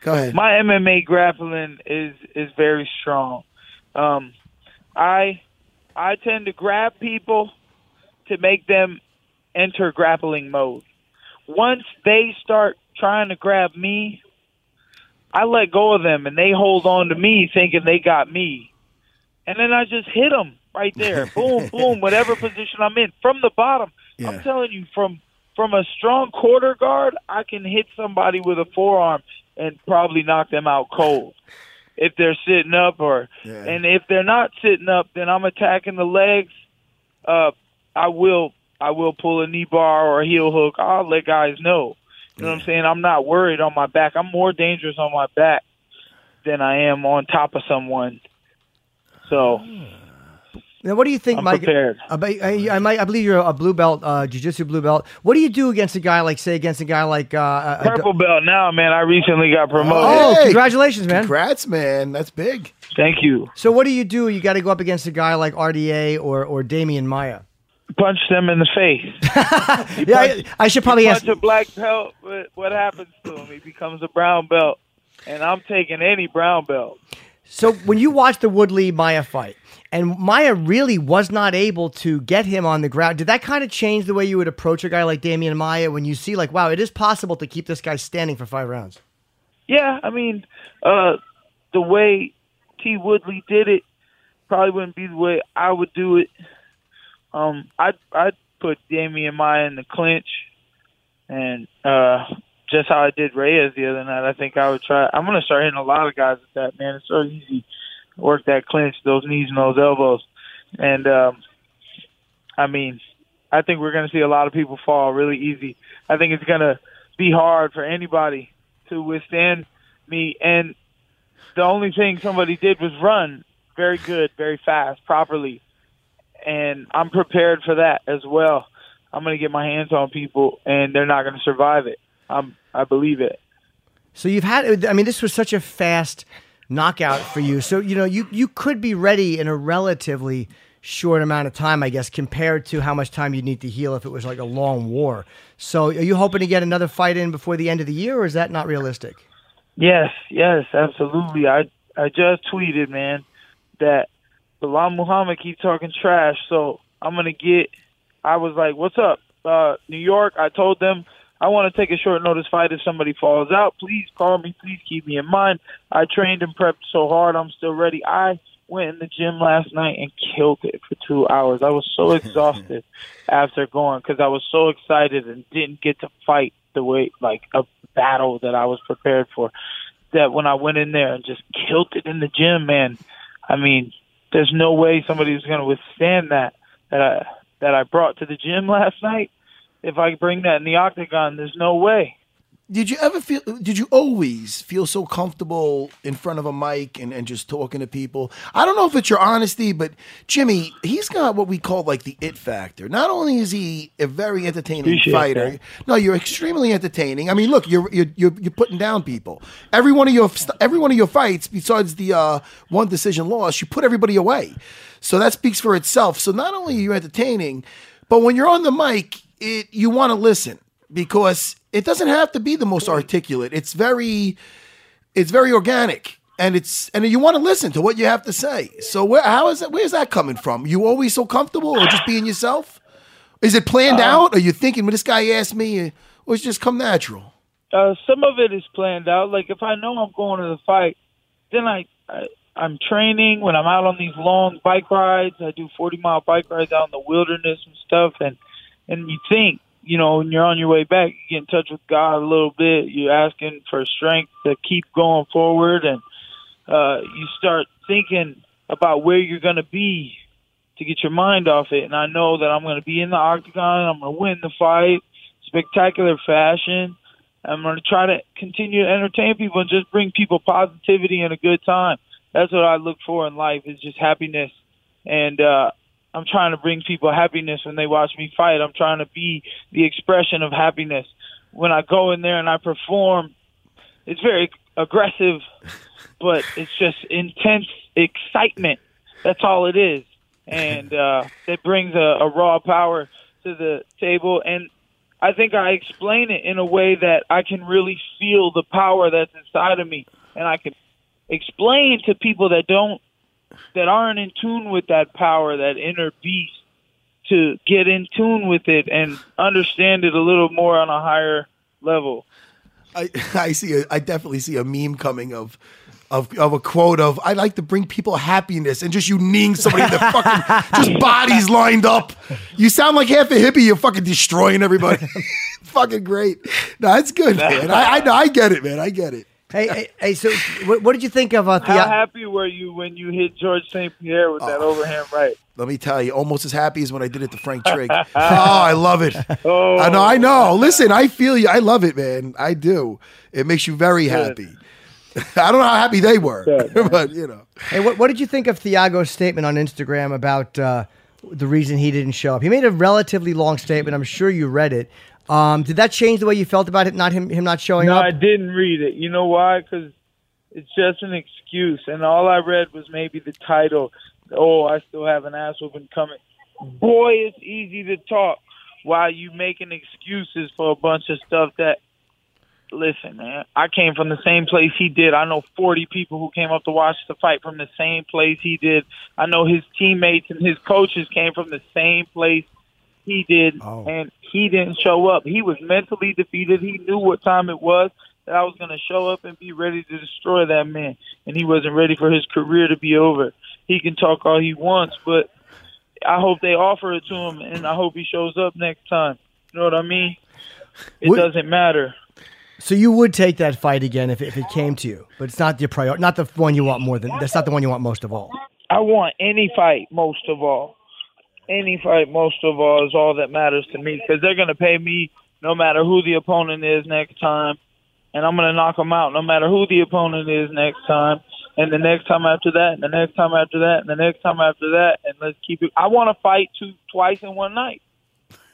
C: Go ahead.
I: My MMA grappling is is very strong. Um, I I tend to grab people to make them enter grappling mode. Once they start trying to grab me, I let go of them and they hold on to me thinking they got me. And then I just hit them right there. boom, boom, whatever position I'm in from the bottom. I'm telling you from from a strong quarter guard, I can hit somebody with a forearm and probably knock them out cold if they're sitting up or and if they're not sitting up then I'm attacking the legs uh I will I will pull a knee bar or a heel hook. I'll let guys know. You know what I'm saying? I'm not worried on my back. I'm more dangerous on my back than I am on top of someone. So
B: Now, what do you think,
I: I'm
B: Mike?
I: prepared.
B: About, I, I, might, I believe you're a blue belt, uh, jujitsu blue belt. What do you do against a guy like, say, against a guy like? Uh, a- a-
I: purple belt now, man. I recently got promoted.
B: oh,
C: Hey!
B: congratulations, man!
C: Congrats, man. That's big.
I: Thank you.
B: So what do you do? You got to go up against a guy like RDA or or Damian Maya.
I: Punch them in the face.
B: Yeah, I, I should probably ask.
I: Punch a black belt. What, what happens to him? He becomes a brown belt, and I'm taking any brown belt.
B: So when you watch the Woodley Maya fight, and Maya really was not able to get him on the ground, did that kind of change the way you would approach a guy like Damian Maya when you see like, wow, it is possible to keep this guy standing for five rounds?
I: Yeah, I mean, uh, the way T. Woodley did it probably wouldn't be the way I would do it. Um, I'd I'd put Damian Maya in the clinch, and uh, just how I did Reyes the other night. I think I would try. I'm gonna start hitting a lot of guys with that man. It's so easy to work that clinch, those knees and those elbows, and um, I mean, I think we're gonna see a lot of people fall really easy. I think it's gonna be hard for anybody to withstand me. And the only thing somebody did was run very good, very fast, properly. And I'm prepared for that as well. I'm going to get my hands on people, and they're not going to survive it. I'm, I believe it.
B: So you've had, I mean, this was such a fast knockout for you. So you know, you you could be ready in a relatively short amount of time, I guess, compared to how much time you'd need to heal if it was like a long war. So are you hoping to get another fight in before the end of the year, or is that not realistic?
I: Yes, yes, absolutely. I I just tweeted, man, that Bilal Muhammad keep talking trash, so I'm gonna get. I was like, "What's up, uh, New York?" I told them I want to take a short notice fight if somebody falls out. Please call me. Please keep me in mind. I trained and prepped so hard. I'm still ready. I went in the gym last night and killed it for two hours. I was so exhausted after going because I was so excited and didn't get to fight the way like a battle that I was prepared for. That when I went in there and just killed it in the gym, man. I mean, there's no way somebody was going to withstand that that I that I brought to the gym last night. If I bring that in the octagon, there's no way.
C: Did you ever feel? Did you always feel so comfortable in front of a mic and, and just talking to people? I don't know if it's your honesty, but Jimmy, he's got what we call like the it factor. Not only is he a very entertaining
I: Appreciate
C: fighter,
I: that.
C: no, you're extremely entertaining. I mean, look, you're you're you're, you're putting down people. Every one of your every one of your fights, besides the uh, one decision loss, you put everybody away. So that speaks for itself. So not only are you entertaining, but when you're on the mic, it you want to listen because it doesn't have to be the most articulate. It's very it's very organic and it's and you want to listen to what you have to say. So where how is that where's that coming from? You always so comfortable or just being yourself? Is it planned
I: Uh,
C: out? Are you thinking when this guy asked me uh, or it's just come natural?
I: Uh, some of it is planned out. Like if I know I'm going to the fight, then I, I I'm training. When I'm out on these long bike rides, I do 40 mile bike rides out in the wilderness and stuff. And and you think, you know, when you're on your way back, you get in touch with God a little bit. You're asking for strength to keep going forward, and uh, you start thinking about where you're going to be to get your mind off it. And I know that I'm going to be in the octagon. I'm going to win the fight, spectacular fashion. I'm going to try to continue to entertain people and just bring people positivity and a good time. That's what I look for in life is just happiness. And uh, I'm trying to bring people happiness when they watch me fight. I'm trying to be the expression of happiness. When I go in there and I perform, it's very aggressive, but it's just intense excitement. That's all it is. And uh, it brings a, a raw power to the table. And I think I explain it in a way that I can really feel the power that's inside of me, and I can explain to people that don't, that aren't in tune with that power, that inner beast, to get in tune with it and understand it a little more on a higher level.
C: I I see a, I definitely see a meme coming of of, of a quote of I like to bring people happiness and just you kneeing somebody in the fucking just bodies lined up. You sound like half a hippie. You're fucking destroying everybody. fucking great. No, it's good, man. I, I know. I get it, man. I get it.
B: Hey, hey, hey so what, what did you think of uh,
I: How
B: Theo-
I: happy were you when you hit George St. Pierre with
C: Oh.
I: that overhand right?
C: Let me tell you, almost as happy as when I did it to Frank Trigg. oh, I love it.
I: Oh,
C: I know. I know. Listen, I feel you. I love it, man. I do. It makes you very happy. I don't know how happy they were,
I: Good, man.
C: but you know.
B: Hey, what, what did you think of Thiago's statement on Instagram about uh, the reason he didn't show up? He made a relatively long statement. I'm sure you read it. Um, did that change the way you felt about it? Not him, him not showing
I: No,
B: up.
I: I didn't read it. You know why? Because it's just an excuse. And all I read was maybe the title. Oh, I still have an ass whooping coming. Boy, it's easy to talk while you making excuses for a bunch of stuff that. Listen, man, I came from the same place he did. I know 40 people who came up to watch the fight from the same place he did. I know his teammates and his coaches came from the same place he did, and he didn't show up. He was mentally defeated. He knew what time it was that I was going to show up and be ready to destroy that man, and he wasn't ready for his career to be over. He can talk all he wants, but I hope they offer it to him, and I hope he shows up next time. You know what I mean? It
C: What-
I: doesn't matter.
B: so you would take that fight again if, if it came to you, but it's not your priority. Not the one you want more than. That's not the one you want most of all.
I: I want any fight most of all. Any fight most of all is all that matters to me because they're going to pay me no matter who the opponent is next time. And I'm going to knock them out no matter who the opponent is next time. And the next time after that, and the next time after that, and the next time after that. And let's keep it. I want to fight two, twice in one night.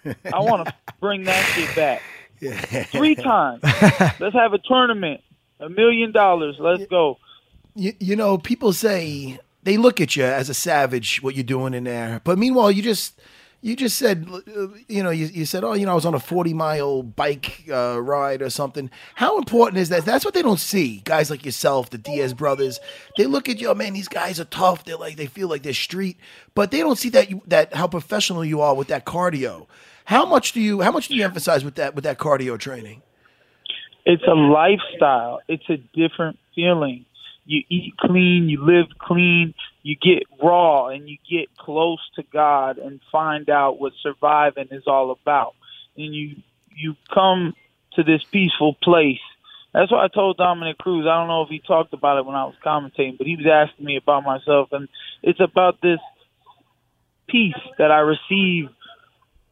I: I want to bring that shit back. Three times. Let's have a tournament. A million dollars. Let's go.
C: you, you know, people say they look at you as a savage, what you're doing in there. But meanwhile, you just you just said, uh, you know, you, you said, oh, you know, I was on a 40 mile bike uh, ride or something. How important is that? That's what they don't see. Guys like yourself, the Diaz brothers, they look at you, oh, man, these guys are tough. They're like, they feel like they're street, but they don't see that you, that how professional you are with that cardio. How much do you how much do you emphasize with that with that cardio training?
I: It's a lifestyle. It's a different feeling. You eat clean, you live clean, you get raw and you get close to God and find out what surviving is all about. And you you come to this peaceful place. That's why I told Dominic Cruz, I don't know if he talked about it when I was commentating, but he was asking me about myself and it's about this peace that I receive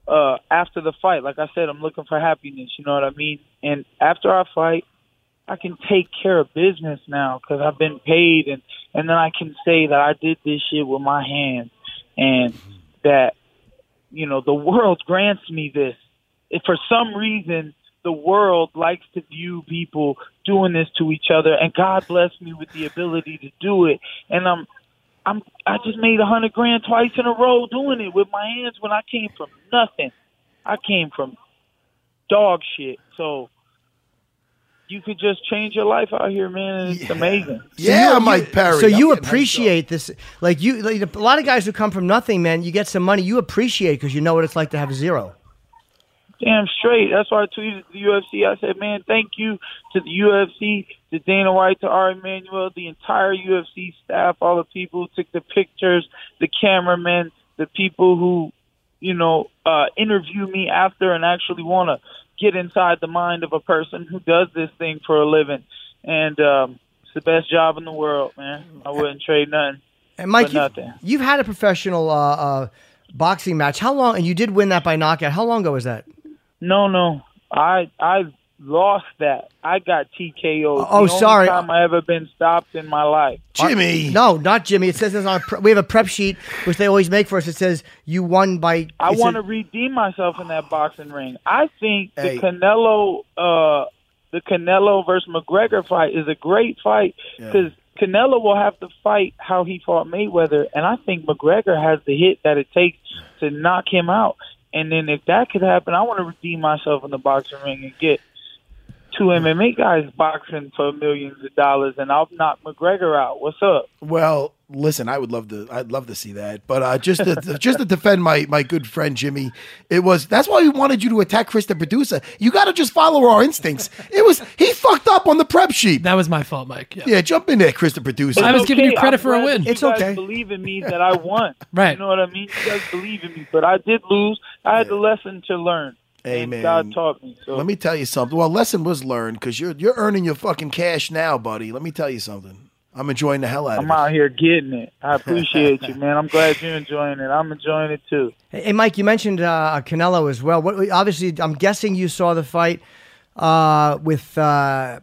I: uh, after the fight. Like I said, I'm looking for happiness. You know what I mean? And after I fight, I can take care of business now because I've been paid, and and then I can say that I did this shit with my hands, and that you know the world grants me this. If for some reason the world likes to view people doing this to each other, and God bless me with the ability to do it, and I'm I'm I just made a hundred grand twice in a row doing it with my hands when I came from nothing. I came from dog shit. So you could just change your life out here, man, and it's amazing.
C: Yeah, Mike Perry.
B: So
C: I'm
B: you
C: getting hyped
B: appreciate this, like you, like a lot of guys who come from nothing, man. You get some money, you appreciate because you know what it's like to have zero.
I: Damn straight. That's why I tweeted to the UFC. I said, man, thank you to the UFC, to Dana White, to Ari Emanuel, the entire UFC staff, all the people who took the pictures, the cameramen, the people who, you know, uh, interview me after and actually want to get inside the mind of a person who does this thing for a living. And um, it's the best job in the world, man. I wouldn't trade nothing.
B: And Mike,
I: for
B: you,
I: nothing.
B: you've had a professional uh, uh, boxing match. How long? And you did win that by knockout. How long ago was that?
I: No, no. I I lost that. I got TKO.
B: Oh,
I: the only
B: sorry.
I: Time I ever been stopped in my life.
C: Jimmy.
B: No, not Jimmy. It says this on. A pre- we have a prep sheet which they always make for us. It says you won by.
I: I
B: it said-
I: want to redeem myself in that boxing ring. I think
C: Hey.
I: the Canelo, uh, the Canelo versus McGregor fight is a great fight because Canelo will have to fight how he fought Mayweather, and I think McGregor has the hit that it takes to knock him out. And then if that could happen, I want to redeem myself in the boxing ring and get two MMA guys boxing for millions of dollars, and I'll knock McGregor out. What's up?
C: Well, listen, I would love to. I'd love to see that, but uh, just to, just to defend my my good friend Jimmy, it was that's why we wanted you to attack Chris the producer. You got to just follow our instincts. It was he fucked up on the prep sheet.
F: That was my fault, Mike. Yeah.
C: Yeah, jump in there, Chris the producer.
F: I was
I: It's
F: giving you
I: okay.
F: credit
I: I'm
F: for a
I: glad
F: win.
I: that You
B: It's
I: guys
B: okay.
I: Believe in me that I won.
F: Right.
I: You know what I mean? You guys believe in me, but I did lose. I had the lesson to learn. and
C: Amen.
I: God taught me. So
C: Let me tell you something. Well, lesson was learned because you're you're earning your fucking cash now, buddy. Let me tell you something. I'm enjoying the hell out of
I: I'm
C: it.
I: out here getting it. I appreciate you, man. I'm glad you're enjoying it. I'm enjoying it too.
B: Hey, Mike, you mentioned uh, Canelo as well. What, obviously, I'm guessing you saw the fight uh, with uh,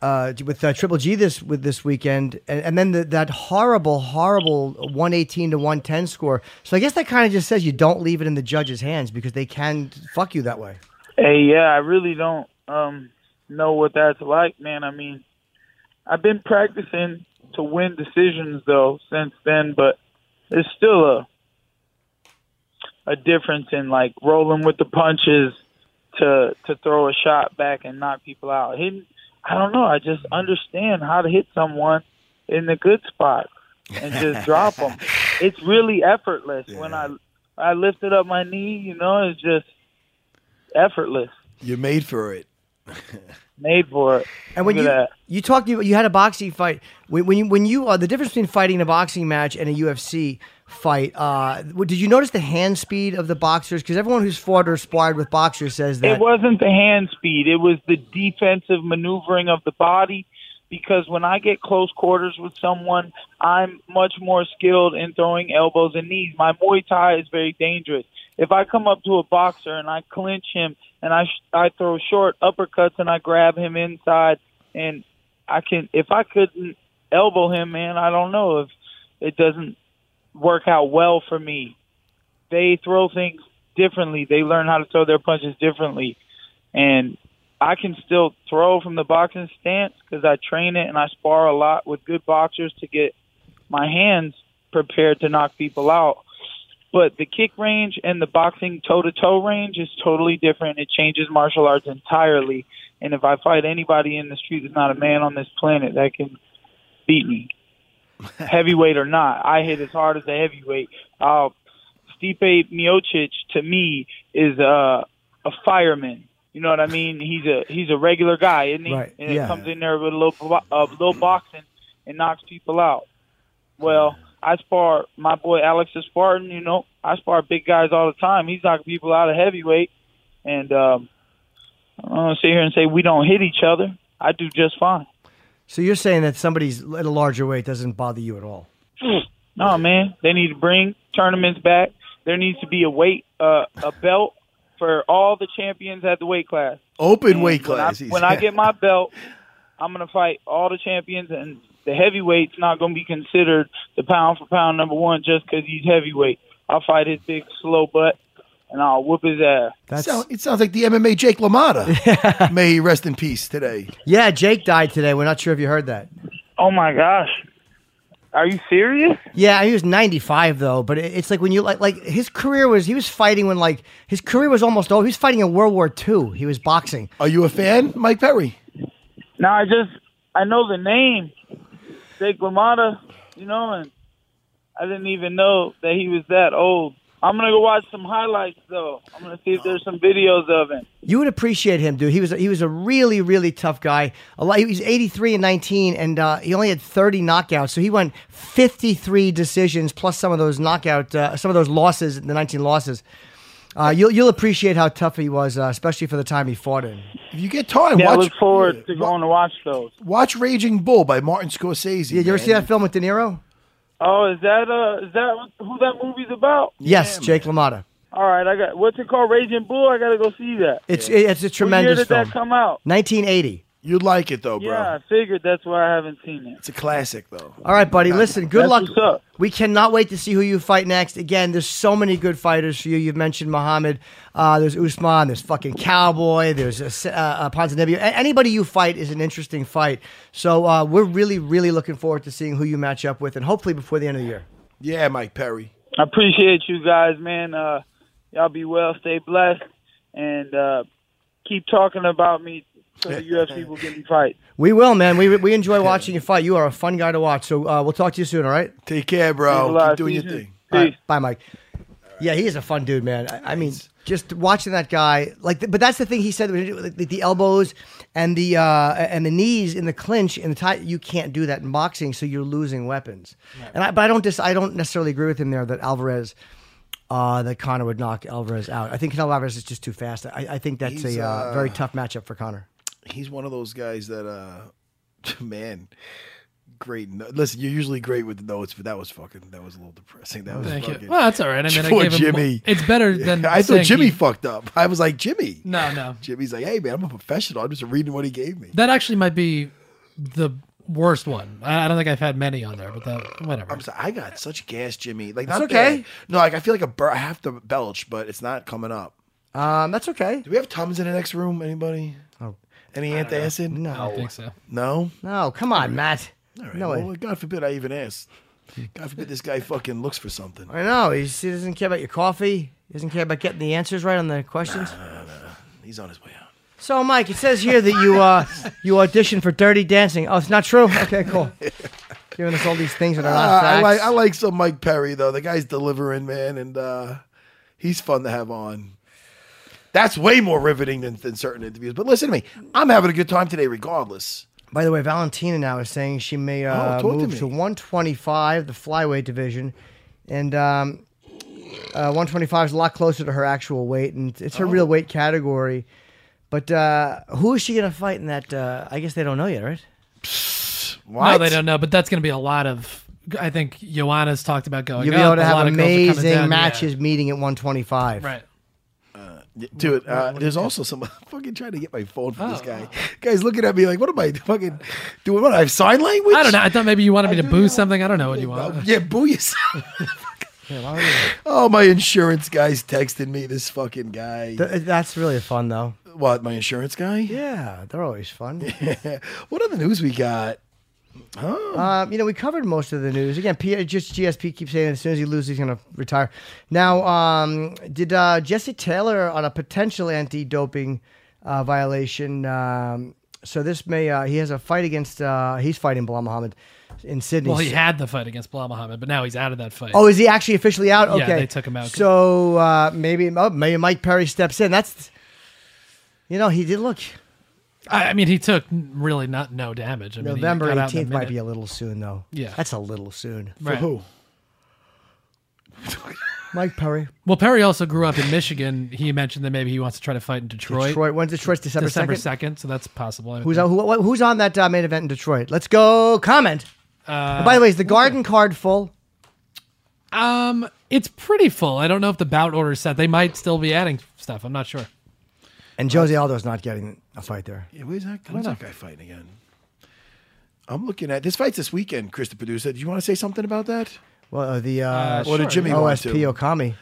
B: uh, with uh, Triple G this with this weekend, and, and then the, that horrible, horrible 118 to 110 score. So I guess that kind of just says you don't leave it in the judges' hands because they can fuck you that way.
I: Hey, yeah, I really don't um know what that's like, man. I mean, I've been practicing to win decisions though since then, but there's still a a difference in like rolling with the punches to to throw a shot back and knock people out. Hitting, I don't know. I just understand how to hit someone in the good spot and just drop them. It's really effortless when I I lifted up my knee. You know, it's just effortless
C: You're made for it.
I: made for it.
B: And when
I: Look
B: you
I: at
B: you talked you, you had a boxing fight when, when you when you uh, the difference between fighting a boxing match and a UFC fight uh, w- did you notice the hand speed of the boxers because everyone who's fought or sparred with boxers says
I: that.
B: that
I: it wasn't the hand speed; it was the defensive maneuvering of the body. Because when I get close quarters with someone, I'm much more skilled in throwing elbows and knees. My Muay Thai is very dangerous. If I come up to a boxer and I clinch him and I sh- I throw short uppercuts and I grab him inside and I can if I couldn't elbow him, man, I don't know if it doesn't work out well for me. They throw things differently. They learn how to throw their punches differently, and I can still throw from the boxing stance because I train it and I spar a lot with good boxers to get my hands prepared to knock people out. But the kick range and the boxing toe to toe range is totally different. It changes martial arts entirely. And if I fight anybody in the street, there's not a man on this planet that can beat me heavyweight or not. I hit as hard as a heavyweight. I'll Uh, Stipe Miocic to me is uh, a fireman. You know what I mean? He's a he's a regular guy, isn't he?
J: Right,
I: And
J: yeah.
I: he comes in there with a little bo- uh, little boxing and knocks people out. Well, I spar my boy Alex Spartan. You know, I spar big guys all the time. He's knocking people out of heavyweight, and um, I don't want to sit here and say we don't hit each other. I do just fine.
B: So you're saying that somebody's at a larger weight doesn't bother you at all?
I: No, man. They need to bring tournaments back. There needs to be a weight, uh, a belt for all the champions at the weight class.
C: Open
I: And
C: weight
I: when I-
C: class. he's-
I: When I, get my belt, I'm going to fight all the champions, and the heavyweight's not going to be considered the pound for pound number one just because he's heavyweight. I'll fight his big slow butt, and I'll whoop his ass.
C: Sound- it sounds like the MMA Jake LaMotta. May he rest in peace today.
B: Yeah, Jake died today. We're not sure if you heard that.
I: Oh my gosh. Are you serious?
B: Yeah, he was 95 though, but it- it's like when you like like his career was he was fighting when like his career was almost over. He was fighting in World War II. He was boxing.
C: Are you a fan, Mike Perry?
I: No, I just I know the name, Jake LaMotta, you know, and I didn't even know that he was that old. I'm gonna go watch some highlights though. I'm gonna see if there's some videos of him.
B: You would appreciate him, dude. He was he was a really really tough guy. A lot. He was 83 and 19, and uh, he only had 30 knockouts. So he won 53 decisions plus some of those knockout uh, some of those losses, the 19 losses. Uh, you'll you'll appreciate how tough he was, uh, especially for the time he fought in.
C: If you get time,
I: Yeah, I
C: watch
I: look forward to going to watch those.
C: watch Raging Bull by Martin Scorsese.
B: Yeah, you ever
C: man.
B: see that film with De Niro?
I: Oh, is that uh is that who that movie's about?
B: Yes, Jake LaMotta.
I: All right, I got what's it called? Raging Bull. I gotta go see that.
B: It's it's a
I: what year
B: tremendous
I: did
B: film.
I: that come out?
B: 1980.
C: You'd like it though, bro.
I: Yeah, I figured that's why I haven't seen it.
C: It's a classic though.
B: All right, buddy. Listen, good
I: That's
B: luck.
I: what's up.
B: We cannot wait to see who you fight next. Again, there's so many good fighters for you. You've mentioned Muhammad. Uh, there's Usman. There's fucking Cowboy. There's uh, S- uh, uh, Ponzinibbio. A- Anybody you fight is an interesting fight. So uh, we're really, really looking forward to seeing who you match up with, and hopefully before the end of the year.
C: Yeah, Mike Perry.
I: I appreciate you guys, man. Uh, y'all be well, stay blessed, and uh, keep talking about me so the UFC will get me fight.
B: We will, man. We, we enjoy watching you fight. You are a fun guy to watch. So uh, we'll talk to you soon. All right.
C: Take care,
I: Thanks a
C: bro.
I: lot.
C: Keep doing
I: See
C: your
I: you soon.
C: thing.
B: All
I: Peace.
B: right, bye, Mike. Yeah, he is a fun dude, man. I, I mean, just watching that guy, like, th- but that's the thing he said with the, the elbows and the uh, and the knees in the clinch and the tie. You can't do that in boxing, so you're losing weapons. And I, but I don't dis, I don't necessarily agree with him there that Alvarez, uh, that Connor would knock Alvarez out. I think Canelo Alvarez is just too fast. I, I think that's
C: He's,
B: a uh,
C: uh,
B: very tough matchup for Connor.
C: He's one of those guys that, uh, man. Great. No- Listen, you're usually great with the notes, but that was fucking. That was a little depressing. That was
F: Thank
C: fucking.
F: you. Well, that's all right. I mean,
C: Poor
F: I gave him,
C: Jimmy.
F: It's better than
C: I thought
F: saying
C: Jimmy
F: he-
C: fucked up. I was like, Jimmy.
F: no, no.
C: Jimmy's like, hey man, I'm a professional. I'm just reading what he gave me.
F: That actually might be the worst one. I I don't think I've had many on there, but that, whatever.
C: I'm sorry, I got such gas, Jimmy. Like
B: That's
C: not
B: okay.
C: bad. No, like I feel like a bur- I have to belch, but it's not coming up.
B: Um, that's okay.
C: Do we have tums in the next room? Anybody?
B: Oh.
C: Any antacid?
B: No,
F: I don't think so.
C: No.
B: no, Oh, come on, Matt.
C: All right.
B: No,
C: well, God forbid I even asked. God forbid this guy fucking looks for something.
B: I know he's, he doesn't care about your coffee. He doesn't care about getting the answers right on the questions.
C: He's on his way out.
B: So, Mike, it says here that you uh, you auditioned for Dirty Dancing. Oh, it's not true. Okay, cool. Giving us all these things that are
C: Uh,
B: not
C: I
B: facts.
C: like I like some Mike Perry though. The guy's delivering, man, and uh, he's fun to have on. That's way more riveting than, than certain interviews. But listen to me, I'm having a good time today, regardless.
B: By the way, Valentina now is saying she may uh,
C: Oh, talk to
B: move
C: me.
B: to, 125, the flyweight division, and um, uh, 125 is a lot closer to her actual weight, and it's her real weight category. But uh, who is she going to fight in that? Uh, I guess they don't know yet, right?
C: Why?
F: No, they don't know, but that's going to be a lot of. I think Joanna's talked about going.
B: You'll be
F: up,
B: able to
F: a
B: have
F: lot of girls are coming
B: amazing
F: down, yeah.
B: matches meeting at 125.
F: Right.
C: Dude, uh, there's also some fucking trying to get my phone from this
F: Oh.
C: guy. Guy's looking at me like, what am I fucking doing? What I have sign language?
F: I don't know. I thought maybe you wanted me to boo something. I don't know what you want.
C: Oh, Yeah, boo yourself. oh, my insurance guy's texting me. This fucking guy.
B: Th- that's really fun, though.
C: what? My insurance guy?
B: Yeah, they're always fun.
C: What other news we got?
B: um, you know, we covered most of the news. Again, P- just GSP keeps saying as soon as he loses, he's going to retire. Now, um, did uh, Jesse Taylor on a potential anti-doping uh, violation? Um, So this may uh, he has a fight against uh, he's fighting Bilal Muhammad in Sydney.
F: Well, he had the fight against Bilal Muhammad, but now he's out of that fight.
B: Oh, is he actually officially out?
F: Yeah,
B: Okay,
F: they took him out.
B: So uh, maybe oh, maybe Mike Perry steps in. That's you know he did look
F: I, I mean, he took really not no damage. I mean, he
B: November
F: got out in a
B: eighteenth might be
F: minute.
B: a little soon though.
F: Yeah.
B: that's a little soon.
F: Right.
B: Mike Perry,
F: Well, Perry also grew up in Michigan. He mentioned that maybe he wants to try to fight in Detroit.
B: Detroit. When's Detroit? December
F: December
B: second.
F: second, so that's possible. I
B: Who's on,
F: think.
B: who, who's on that uh, main event in Detroit? Let's go comment.
F: Uh,
B: And by the way, is the Garden card full?
F: um, it's pretty full. I don't know if the bout order is set. They might still be adding stuff. I'm not sure.
B: And
F: Uh,
B: Jose Aldo's not getting a fight there.
C: Yeah, where's that, where's that guy fighting again? I'm looking at this fight's this weekend, Chris the producer. Do you want to say something about that?
B: Well, uh, the uh,
F: Uh,
C: What did
F: sure,
C: Jimmy want to?
B: OSP Okami.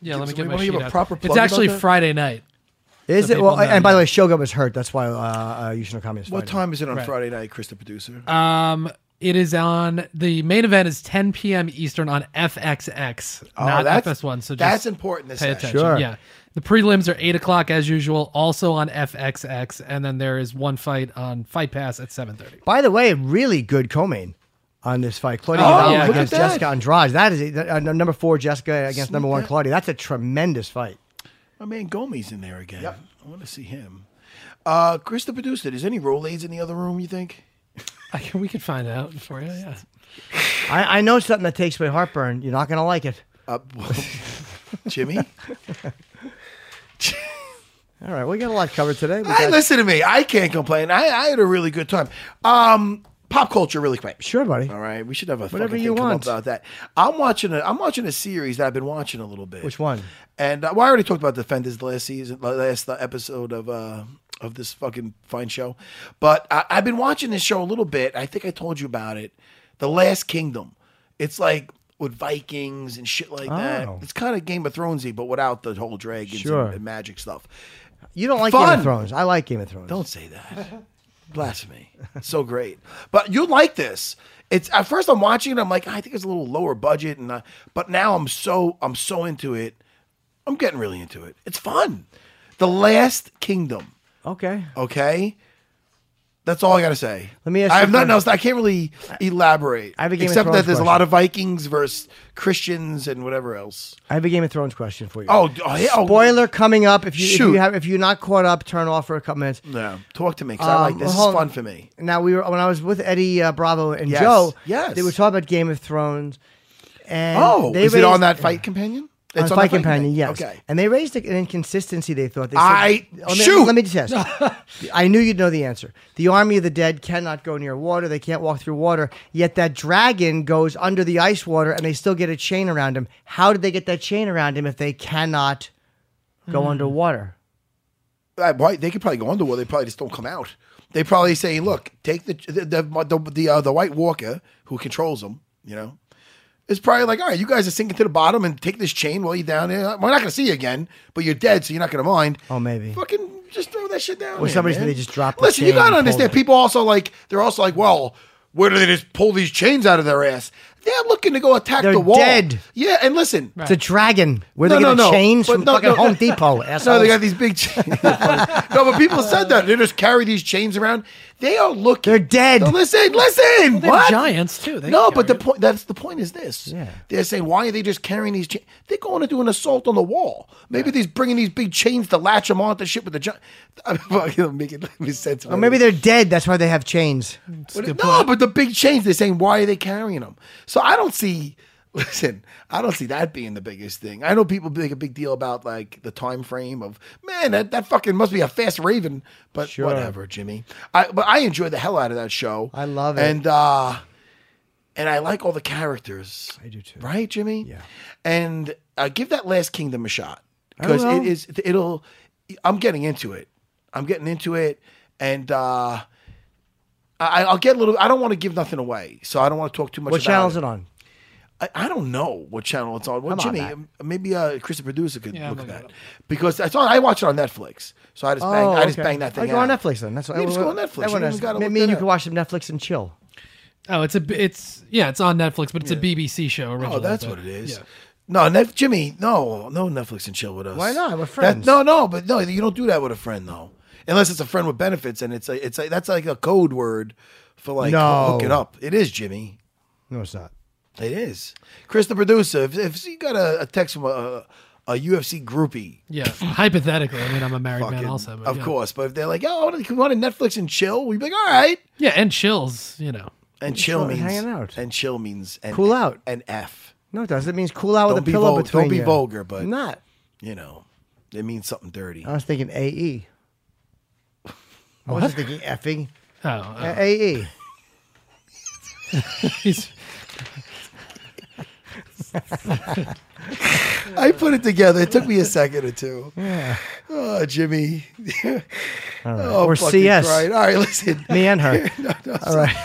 F: Yeah, let
C: Gives-
F: me get
C: we
F: my
C: wanna
F: sheet
C: give a
F: out.
C: proper
F: It's
C: plug
F: actually
C: about that?
F: Friday night.
B: Is
F: So
B: it? Well,
F: people know
B: and by the
F: now.
B: way, Shogun was hurt. That's why uh, uh, Yushin Okami is
C: What
B: fighting.
C: time is it on
F: Right.
C: Friday night, Chris the producer?
F: Um, it is on the main event is 10 p.m. Eastern on FXX, not FS1. So just
C: Oh, that's important. This
F: pay
C: session.
F: attention.
B: Sure.
F: Yeah, the prelims are eight o'clock as usual, also on FXX, and then there is one fight on Fight Pass at 7:30.
B: By the way, really good co-main on this fight. Claudia
C: Oh,
B: Gavala
F: yeah. look at
B: against
C: that.
B: Jessica Andrade. That is that- uh, number four, Jessica against number one, Claudia. That's a tremendous fight.
C: My man Gomi's in there again. I want to see him. Uh, Chris the producer, is any Rolades in the other room? You think?
F: I can, we could find out for you. Yeah.
B: I, I know something that takes away heartburn. You're not going to like it.
C: Uh, well, Jimmy.
B: All right, we got a lot covered today. We
C: Hey,
B: got-
C: listen to me. I can't complain. I, I had a really good time. Um, pop culture, really quick.
B: Sure, buddy.
C: All right, we should have a
B: Whatever
C: fucking
B: you
C: thing come up
B: want.
C: about that. I'm watching a I'm watching a series that I've been watching a little bit.
B: Which one?
C: And uh, well, I already talked about Defenders last season, last episode of uh of this fucking fine show. But I, I've been watching this show a little bit. I think I told you about it. The Last Kingdom. It's like with Vikings and shit like that.
B: Oh.
C: It's kind of Game of Thronesy, but without the whole dragons
B: Sure.
C: and, and magic stuff.
B: You don't like Game
C: Fun.
B: of Thrones. I like Game of Thrones.
C: Don't say that. Blasphemy. So great. But you like this. It's at first I'm watching it. I'm like, "Ah, I think it's a little lower budget, and uh, but now I'm so I'm so into it. I'm getting really into it. It's fun. The Last Kingdom.
B: Okay.
C: Okay. That's all I gotta say.
B: Let me ask
C: I
B: you
C: have
B: a
C: nothing
B: que-
C: else. I can't really elaborate.
B: I have a Game of
C: except
B: Thrones
C: that there's
B: question.
C: a lot of Vikings versus Christians and whatever else.
B: I have a Game of Thrones question for you.
C: Oh, d- oh, yeah, oh
B: Spoiler coming up. If you, if you
C: Shoot.
B: have if you're not caught up, turn off for a couple minutes.
C: No, talk to me 'cause
B: Um,
C: I like this. This
B: hold
C: is
B: on.
C: fun for me.
B: Now we were when I was with Eddie uh, Bravo and
C: Yes.
B: Joe.
C: Yes.
B: They were talking about Game of Thrones. And
C: Oh,
B: they
C: is it on
B: raised-
C: that Fight Companion?
B: On
C: It's
B: Fight,
C: on the
B: Companion, yes.
C: Okay.
B: And they raised an inconsistency. They thought they. Said, oh,
C: I-
B: let me,
C: shoot!
B: Let me just ask. I knew you'd know the answer. The army of the dead cannot go near water. They can't walk through water. Yet that dragon goes under the ice water, and they still get a chain around him. How did they get that chain around him if they cannot go
C: Hmm.
B: underwater?
C: Uh, why- they could probably go underwater. They probably just don't come out. They probably say, "Look, take the the the the, the, uh, the White Walker who controls them." You know, it's probably like, "All right, you guys are sinking to the bottom, and take this chain while you're down there. We're not going to see you again, but you're dead, so you're not going to mind."
B: Oh, maybe.
C: Fucking just throw that shit down.
B: Or
C: there,
B: somebody's-
C: man.
B: they just drop the
C: Listen,
B: chain
C: you
B: and
C: gotta
B: pull
C: understand.
B: it.
C: People also like they're also like, "Well, where do they just pull these chains out of their ass?" They're looking to go attack
B: They're
C: the wall.
B: dead.
C: Yeah, and listen,
B: It's a dragon. Where they
C: No,
B: get
C: no,
B: the
C: no.
B: chains
C: But
B: from
C: no,
B: fucking
C: no.
B: Home Depot.
C: No,
B: assholes.
C: they got these big chains. no, but people said that. They just carry these chains around. They are looking.
B: They're dead.
C: No, listen, listen.
F: they're
C: what?
F: giants, too. They
C: no,
F: can
C: but the
F: carry
C: point that's the point is this.
B: Yeah.
C: They're saying, why are they just carrying these chains? They're going to do an assault on the wall. Maybe they're bringing these big chains to latch them onto shit with the giant. I'm fucking making sense.
B: Or maybe they're dead. That's why they have chains.
C: But it- no, but the big chains, they're saying, why are they carrying them? So I don't see, listen, I don't see that being the biggest thing. I know people make a big deal about like the time frame of, man, that, that fucking must be a fast raven, but whatever, Jimmy. I But I enjoy the hell out of that show.
B: I love it.
C: And, uh, and I like all the characters. I do too. Right, Jimmy? Yeah. And uh, give that Last Kingdom a shot because
B: will.
C: it is. It'll. I'm getting into it. I'm getting into it, and uh, I, I'll get a little. I don't want to give nothing away, so I don't want to talk too much.
B: What
C: about
B: channel is
C: it
B: it on?
C: I, I don't know what channel it's on. Well,
B: Come on,
C: Jimmy,
B: Matt.
C: um, maybe uh, Chris, the producer, could
F: Yeah,
C: look
F: I'm
C: at
F: looking
C: that because I saw I watch it on Netflix. So I just bang, I just
B: Oh, okay.
C: bang that thing.
B: I go
C: out.
B: on Netflix then. That's what
C: Yeah, just go on Netflix.
B: Everyone
C: You
B: has,
C: just gotta
B: me
C: look
B: me and
C: that
B: you
C: up.
B: can watch some Netflix and chill.
F: Oh, it's a it's yeah, it's on Netflix, but it's a BBC show originally.
C: Oh, that's
F: but-
C: what it is.
F: yeah.
C: No, Nef- Jimmy, no, no Netflix and chill with us.
B: Why not? We're
C: That-
B: friends.
C: no, no, but no, you don't do that with a friend though. unless it's a friend with benefits, and it's a, it's a, that's like a code word for like
B: No.
C: hook it up. It is Jimmy.
B: No, it's not.
C: It is. Chris, the producer. If, if you got a, a text from a, a UFC groupie,
F: Yeah, hypothetically, I mean, I'm a married
C: fucking-
F: man, also. but
C: of
F: yeah.
C: course. But if they're like, "Oh, I wanna- come on to Netflix and chill," we'd be like, "All right."
F: Yeah, and chills, you know.
C: And chill
B: sure,
C: means
B: hanging out.
C: And chill means and,
B: Cool out.
C: and F.
B: No, it does. It means cool out
C: Don't
B: with a
C: be
B: pillow
C: vul-
B: between
C: don't be
B: you.
C: vulgar, but-
B: I'm not.
C: You know, it means something dirty.
B: I was thinking AE. I wasn't thinking effing.
F: Oh, uh,
B: Uh, AE.
F: he's-
C: I put it together. It took me a second or two. Oh, Jimmy. oh,
B: Or
C: fucking
B: CS.
C: Christ. All right, listen.
B: Me and her. All right.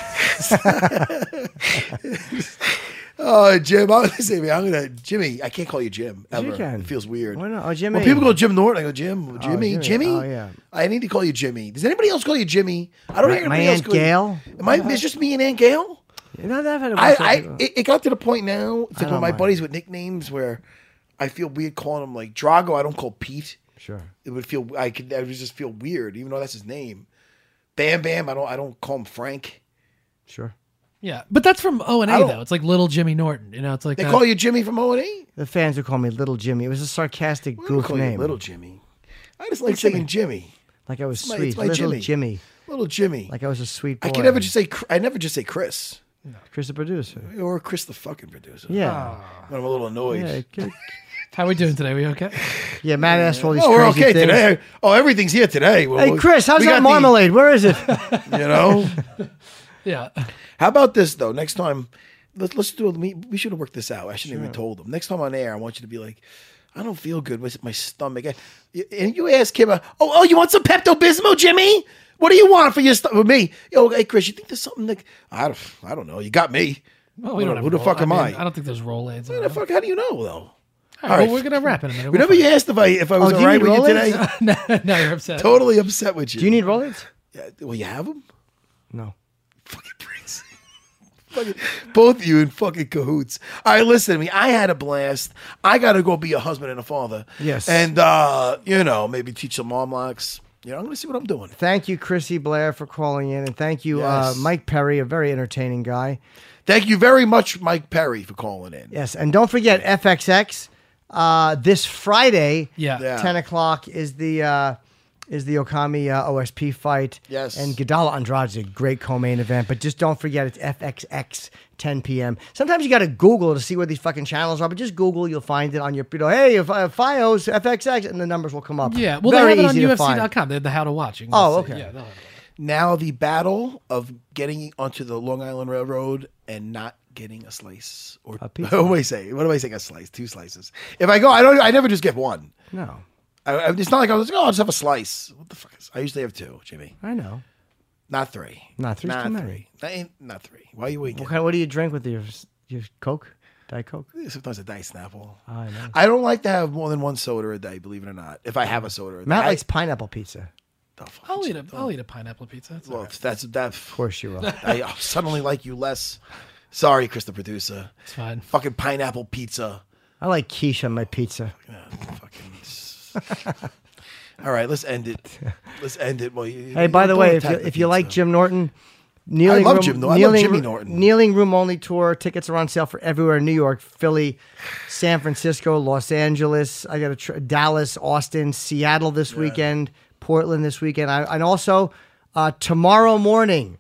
C: Oh, Jim. I'm gonna say, man, I'm gonna Jimmy. I can't call you Jim ever.
B: can.
C: It feels weird.
B: Why not? Oh, Jimmy.
C: When people go Jim Norton, I go Jim, Jimmy,
B: Jimmy.
C: Jimmy.
B: Oh, yeah.
C: I need to call you Jimmy. Does anybody else call you Jimmy? I don't
B: My-
C: hear
B: my
C: anybody else
B: Aunt
C: call you-
B: Gail?
C: Am I- It's just me and Aunt Gail.
B: You know, I've had a
C: I,
B: bunch of
C: I
B: people-
C: it, it got to the point now. It's like
B: don't
C: with my
B: mind.
C: buddies with nicknames where I feel weird calling them like Drago. I don't call Pete.
B: Sure.
C: It would feel I could I would just feel weird, even though that's his name. Bam Bam. I don't I don't call him Frank.
B: Sure.
F: yeah, but that's from O and
C: I
F: A
C: don't-
F: though. It's like little Jimmy Norton. You know, it's like
C: They
F: uh,
C: call you Jimmy from O and E? A.
B: The fans would call me Little Jimmy. It was a sarcastic
C: We don't
B: goof
C: call
B: name.
C: you Little Jimmy. I just like saying Jimmy.
B: like I was
C: my-
B: sweet.
C: it's my
B: little
C: Jimmy.
B: Jimmy.
C: Little Jimmy.
B: Like I was a sweet boy.
C: I can never just say Chr- I never just say Chris
B: Chris the producer.
C: or Chris the fucking producer.
B: Yeah.
C: When I'm a little annoyed.
B: Yeah, good.
F: How we doing today? We okay?
B: yeah, Matt asked for all these
C: Oh, we're
B: crazy
C: okay
B: things.
C: today. Oh, everything's here today. Well,
B: Hey,
C: we-
B: Chris, how's
C: we got
B: that
C: the-
B: marmalade? Where is it?
C: you know.
F: Yeah.
C: How about this though? Next time, let's let's do. A, we we should have worked this out. I shouldn't have even told them. Next time on air, I want you to be like, I don't feel good with my stomach. I- and you ask him, uh, oh, oh, you want some Pepto Bismol, Jimmy? What do you want for your stomach? Me? Yo, hey Chris, you think there's something that I don't, I don't know. You got me.
F: Well, we
C: Who
F: don't
C: the-
F: have
C: who the
F: Roll-
C: fuck am
F: I? mean,
C: I?
F: I don't think there's Rolaids.
C: How the fuck? How do you know though? All
F: All right,
C: right.
F: well, Oh, we're gonna wrap in a minute. We're
C: Remember
F: fine.
C: you asked if I if I was
B: do you
C: all right
B: need
C: with you
B: Rolex?
C: today.
F: now, now you're upset.
C: totally upset with you.
B: Do you need Rolaids?
C: Yeah, Well, you have them.
B: No.
C: fucking brings fucking both of you in fucking cahoots. All right, listen to me. I had a blast. I got to go be a husband and a father.
B: Yes.
C: and uh, you know maybe teach some mom locks. You know, I'm gonna see what I'm doing.
B: Thank you, Chrissy Blair, for calling in, and thank you,
C: Yes.
B: uh, Mike Perry, a very entertaining guy.
C: Thank you very much, Mike Perry, for calling in.
B: Yes, and don't forget FXX. Uh, this Friday,
F: Yeah.
C: Yeah.
B: ten o'clock is the uh, is the Okami uh, OSP fight.
C: Yes.
B: and Gadala Andrade is a great co-main event, but just don't forget it's FXX ten p.m. Sometimes you got to Google to see where these fucking channels are, but just Google, you'll find it on your you know, hey, if uh, FIOS FXX, and the numbers will come up.
F: Yeah. Well,
B: very
F: they have
B: easy
F: it
B: to
F: on
B: find.
F: UFC.com. They have the how to watch. You can
B: Oh,
F: see.
B: okay.
F: Yeah, they'll have it.
C: Now the battle of getting onto the Long Island Railroad and not getting a slice or
B: pizza.
C: what do I say? What do I say? A slice, two slices. If I go, I don't. I never just get one.
B: No,
C: I, I- it's not like I was like, oh, I'll just have a slice. What the fuck is? I usually have two, Jimmy.
B: I know.
C: Not three.
B: Not three's
C: Not
B: too many.
C: three. That ain't not three. Why you waking?
B: What kind? What do you drink with your your Coke? Diet Coke.
C: Sometimes a dice snapple.
B: I know.
C: I don't like to have more than one soda a day, believe it or not. If I have a soda a day,
B: Matt
C: I-
B: likes pineapple pizza.
C: Oh, fuck,
F: I'll
C: it's-
F: eat a I'll eat a pineapple pizza. It's all
C: Well,
F: right.
C: that's that.
B: Of course you will.
C: I I suddenly like you less. Sorry, Chris, the producer.
F: It's fine.
C: Fucking pineapple pizza.
B: I like quiche on my pizza.
C: Yeah, fucking. All right, let's end it. Let's end it. Well, you,
B: Hey, by the way, if you, if you like Jim Norton, kneeling
C: love
B: room,
C: Jim Norton. I love
B: kneeling,
C: Jimmy
B: ro-
C: Norton.
B: Kneeling room only tour tickets are on sale for everywhere in New York, Philly, San Francisco, Los Angeles. I got a tr- Dallas, Austin, Seattle this weekend, Portland this weekend, I, and also uh, tomorrow morning.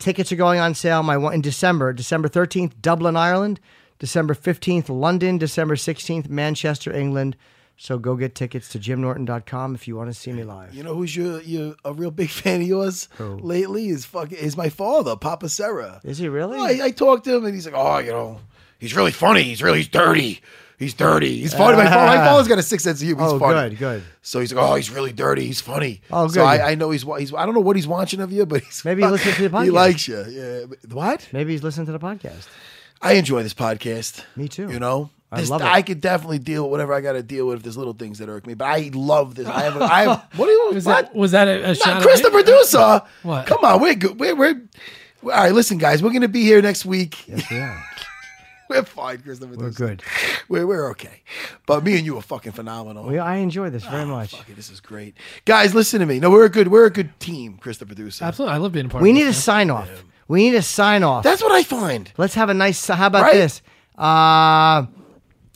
B: Tickets are going on sale. My one in December, December thirteenth, Dublin, Ireland. December fifteenth, London. December sixteenth, Manchester, England. So go get tickets to jimnorton.com if you want to see me live.
C: You know who's your you a real big fan of yours lately is fucking is my father, Papa Sarah.
B: Is he really?
C: Oh, I, I talked to him and he's like, oh, you know, he's really funny. He's really he's dirty. He's dirty. He's funny. My, father, my father's got a sixth sense of humor. He's
B: Oh,
C: funny.
B: good, good.
C: So he's like, oh, he's really dirty. He's funny.
B: Oh,
C: So
B: good.
C: I, I know he's wa- he's. I don't know what he's watching of you, but he's
B: Maybe he listens to the
C: He
B: podcast.
C: likes you. Yeah. What?
B: Maybe he's listening to the podcast.
C: I enjoy this podcast.
B: Me too.
C: You know.
B: I
C: This-
B: love it.
C: I could definitely deal with whatever I got to deal with if there's little things that irk me, but I love this. I have. A, I have what do you?
F: Was
C: what?
F: that was that a, a shot?
C: Not
F: at
C: Chris,
F: me?
C: the producer.
F: What?
C: Come on, we're good. We're, we're, we're all right. Listen, guys, we're going to be here next week.
B: Yeah.
C: We're fine, Christopher.
B: We're good.
C: We're, we're okay. But me and you are fucking phenomenal.
B: We, I enjoy this very much.
C: Okay, this is great. Guys, listen to me. No, we're a good we're a good team, Christopher Producer.
F: Absolutely, I love being a part.
B: We
F: of
B: need a
F: this,
B: sign off. We need a sign off.
C: That's what I find.
B: Let's have a nice. How about
C: Right.
B: this? Uh,
C: A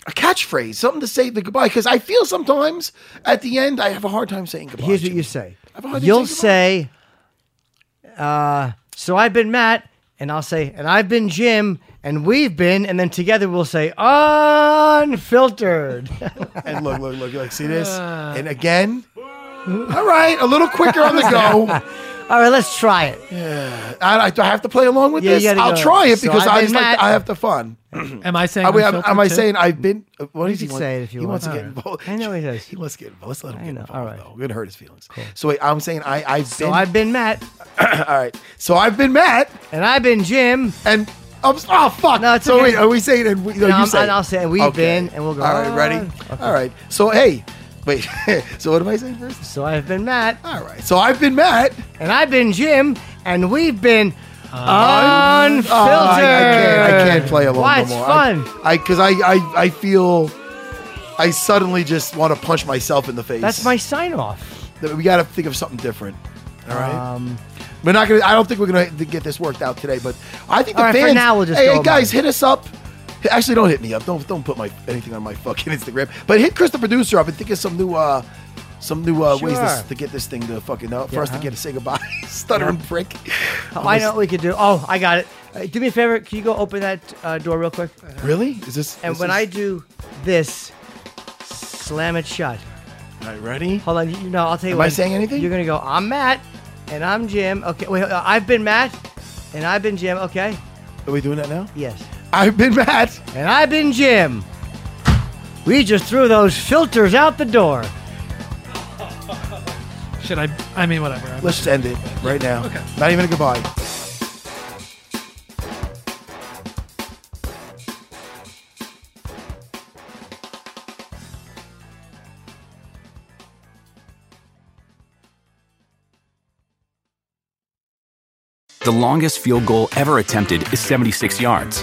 C: catchphrase, something to say the goodbye. Because I feel sometimes at the end I have a hard time saying goodbye.
B: here's what
C: Jimmy.
B: you say.
C: I've already
B: You'll
C: said
B: say, uh, "So I've been Matt," and I'll say, "And I've been Jim," and we've been, and then together we'll say, "Unfiltered."
C: And look, look, look, like see this? And again. All right, a little quicker on the go.
B: All right, let's try it.
C: I, I, do I have to play along with
B: Yeah, you
C: this?
B: gotta
C: I'll
B: go.
C: try it
B: So
C: because
B: I've
C: I
B: been
C: just like,
B: Matt.
C: I have the fun.
F: Am I saying?
C: Are we, am,
F: unfiltered
C: am I
F: too?
C: saying I've been? uh, What does he
B: can
C: want?
B: say it if you
C: he
B: want.
C: wants to get
B: Alright.
C: involved.
B: I know he does.
C: He wants to get involved. Let's let him
B: I
C: get
B: know.
C: involved.
B: Alright.
C: though. We're gonna hurt his feelings. So wait, I'm saying I I've
B: So
C: been.
B: I've been Matt,
C: all right. So I've been Matt
B: and I've been Jim.
C: and. I'm, s- oh fuck!
B: No, it's
C: so
B: okay.
C: wait, are we saying? And we, no,
B: No,
C: you
B: I'm-
C: say.
B: and I'll say, and we've been, and we'll go,
C: All right, ready?
B: "Ah."
C: All right. So hey, wait. so what am I saying first?
B: So I've been Matt,
C: All right. So I've been Matt.
B: and I've been Jim, and we've been unfiltered.
C: Oh, I, I can't. I can't play along
B: Why?
C: no
B: It's
C: more.
B: fun.
C: I because I, I I feel. I suddenly just want to punch myself in the face.
B: That's my sign off.
C: that we got to think of something different. All right.
B: Um,
C: we're not gonna. I don't think we're gonna get this worked out today. But I think the
B: All right, for
C: fans.
B: now we'll just
C: hey,
B: go
C: hey, guys,
B: about
C: hit us up. Hey, Actually, don't hit me up. Don't don't put my anything on my fucking Instagram. But hit Chris the producer up and think of some new uh some new uh, ways
B: Sure.
C: to, to get this thing to fucking up for us to get to say goodbye. Stuttering prick.
B: Oh, I know what we could do. Oh, I got it. Uh, do me a favor. Can you go open that uh, door real quick?
C: Really? Is this?
B: And
C: this
B: when
C: is-
B: I do this, slam it shut.
C: All right, ready?
B: Hold on. You know, I'll tell you.
C: Am
B: what.
C: I saying anything?
B: You're gonna go. I'm Matt, and I'm Jim. Okay. Wait. uh, I've been Matt, and I've been Jim. Okay.
C: Are we doing that now?
B: Yes.
C: I've been Matt.
B: And I've been Jim. We just threw those filters out the door.
F: Should I? I mean, whatever. I'm-
C: Let's just end it right now. Not even a goodbye.
K: The longest field goal ever attempted is 76 yards.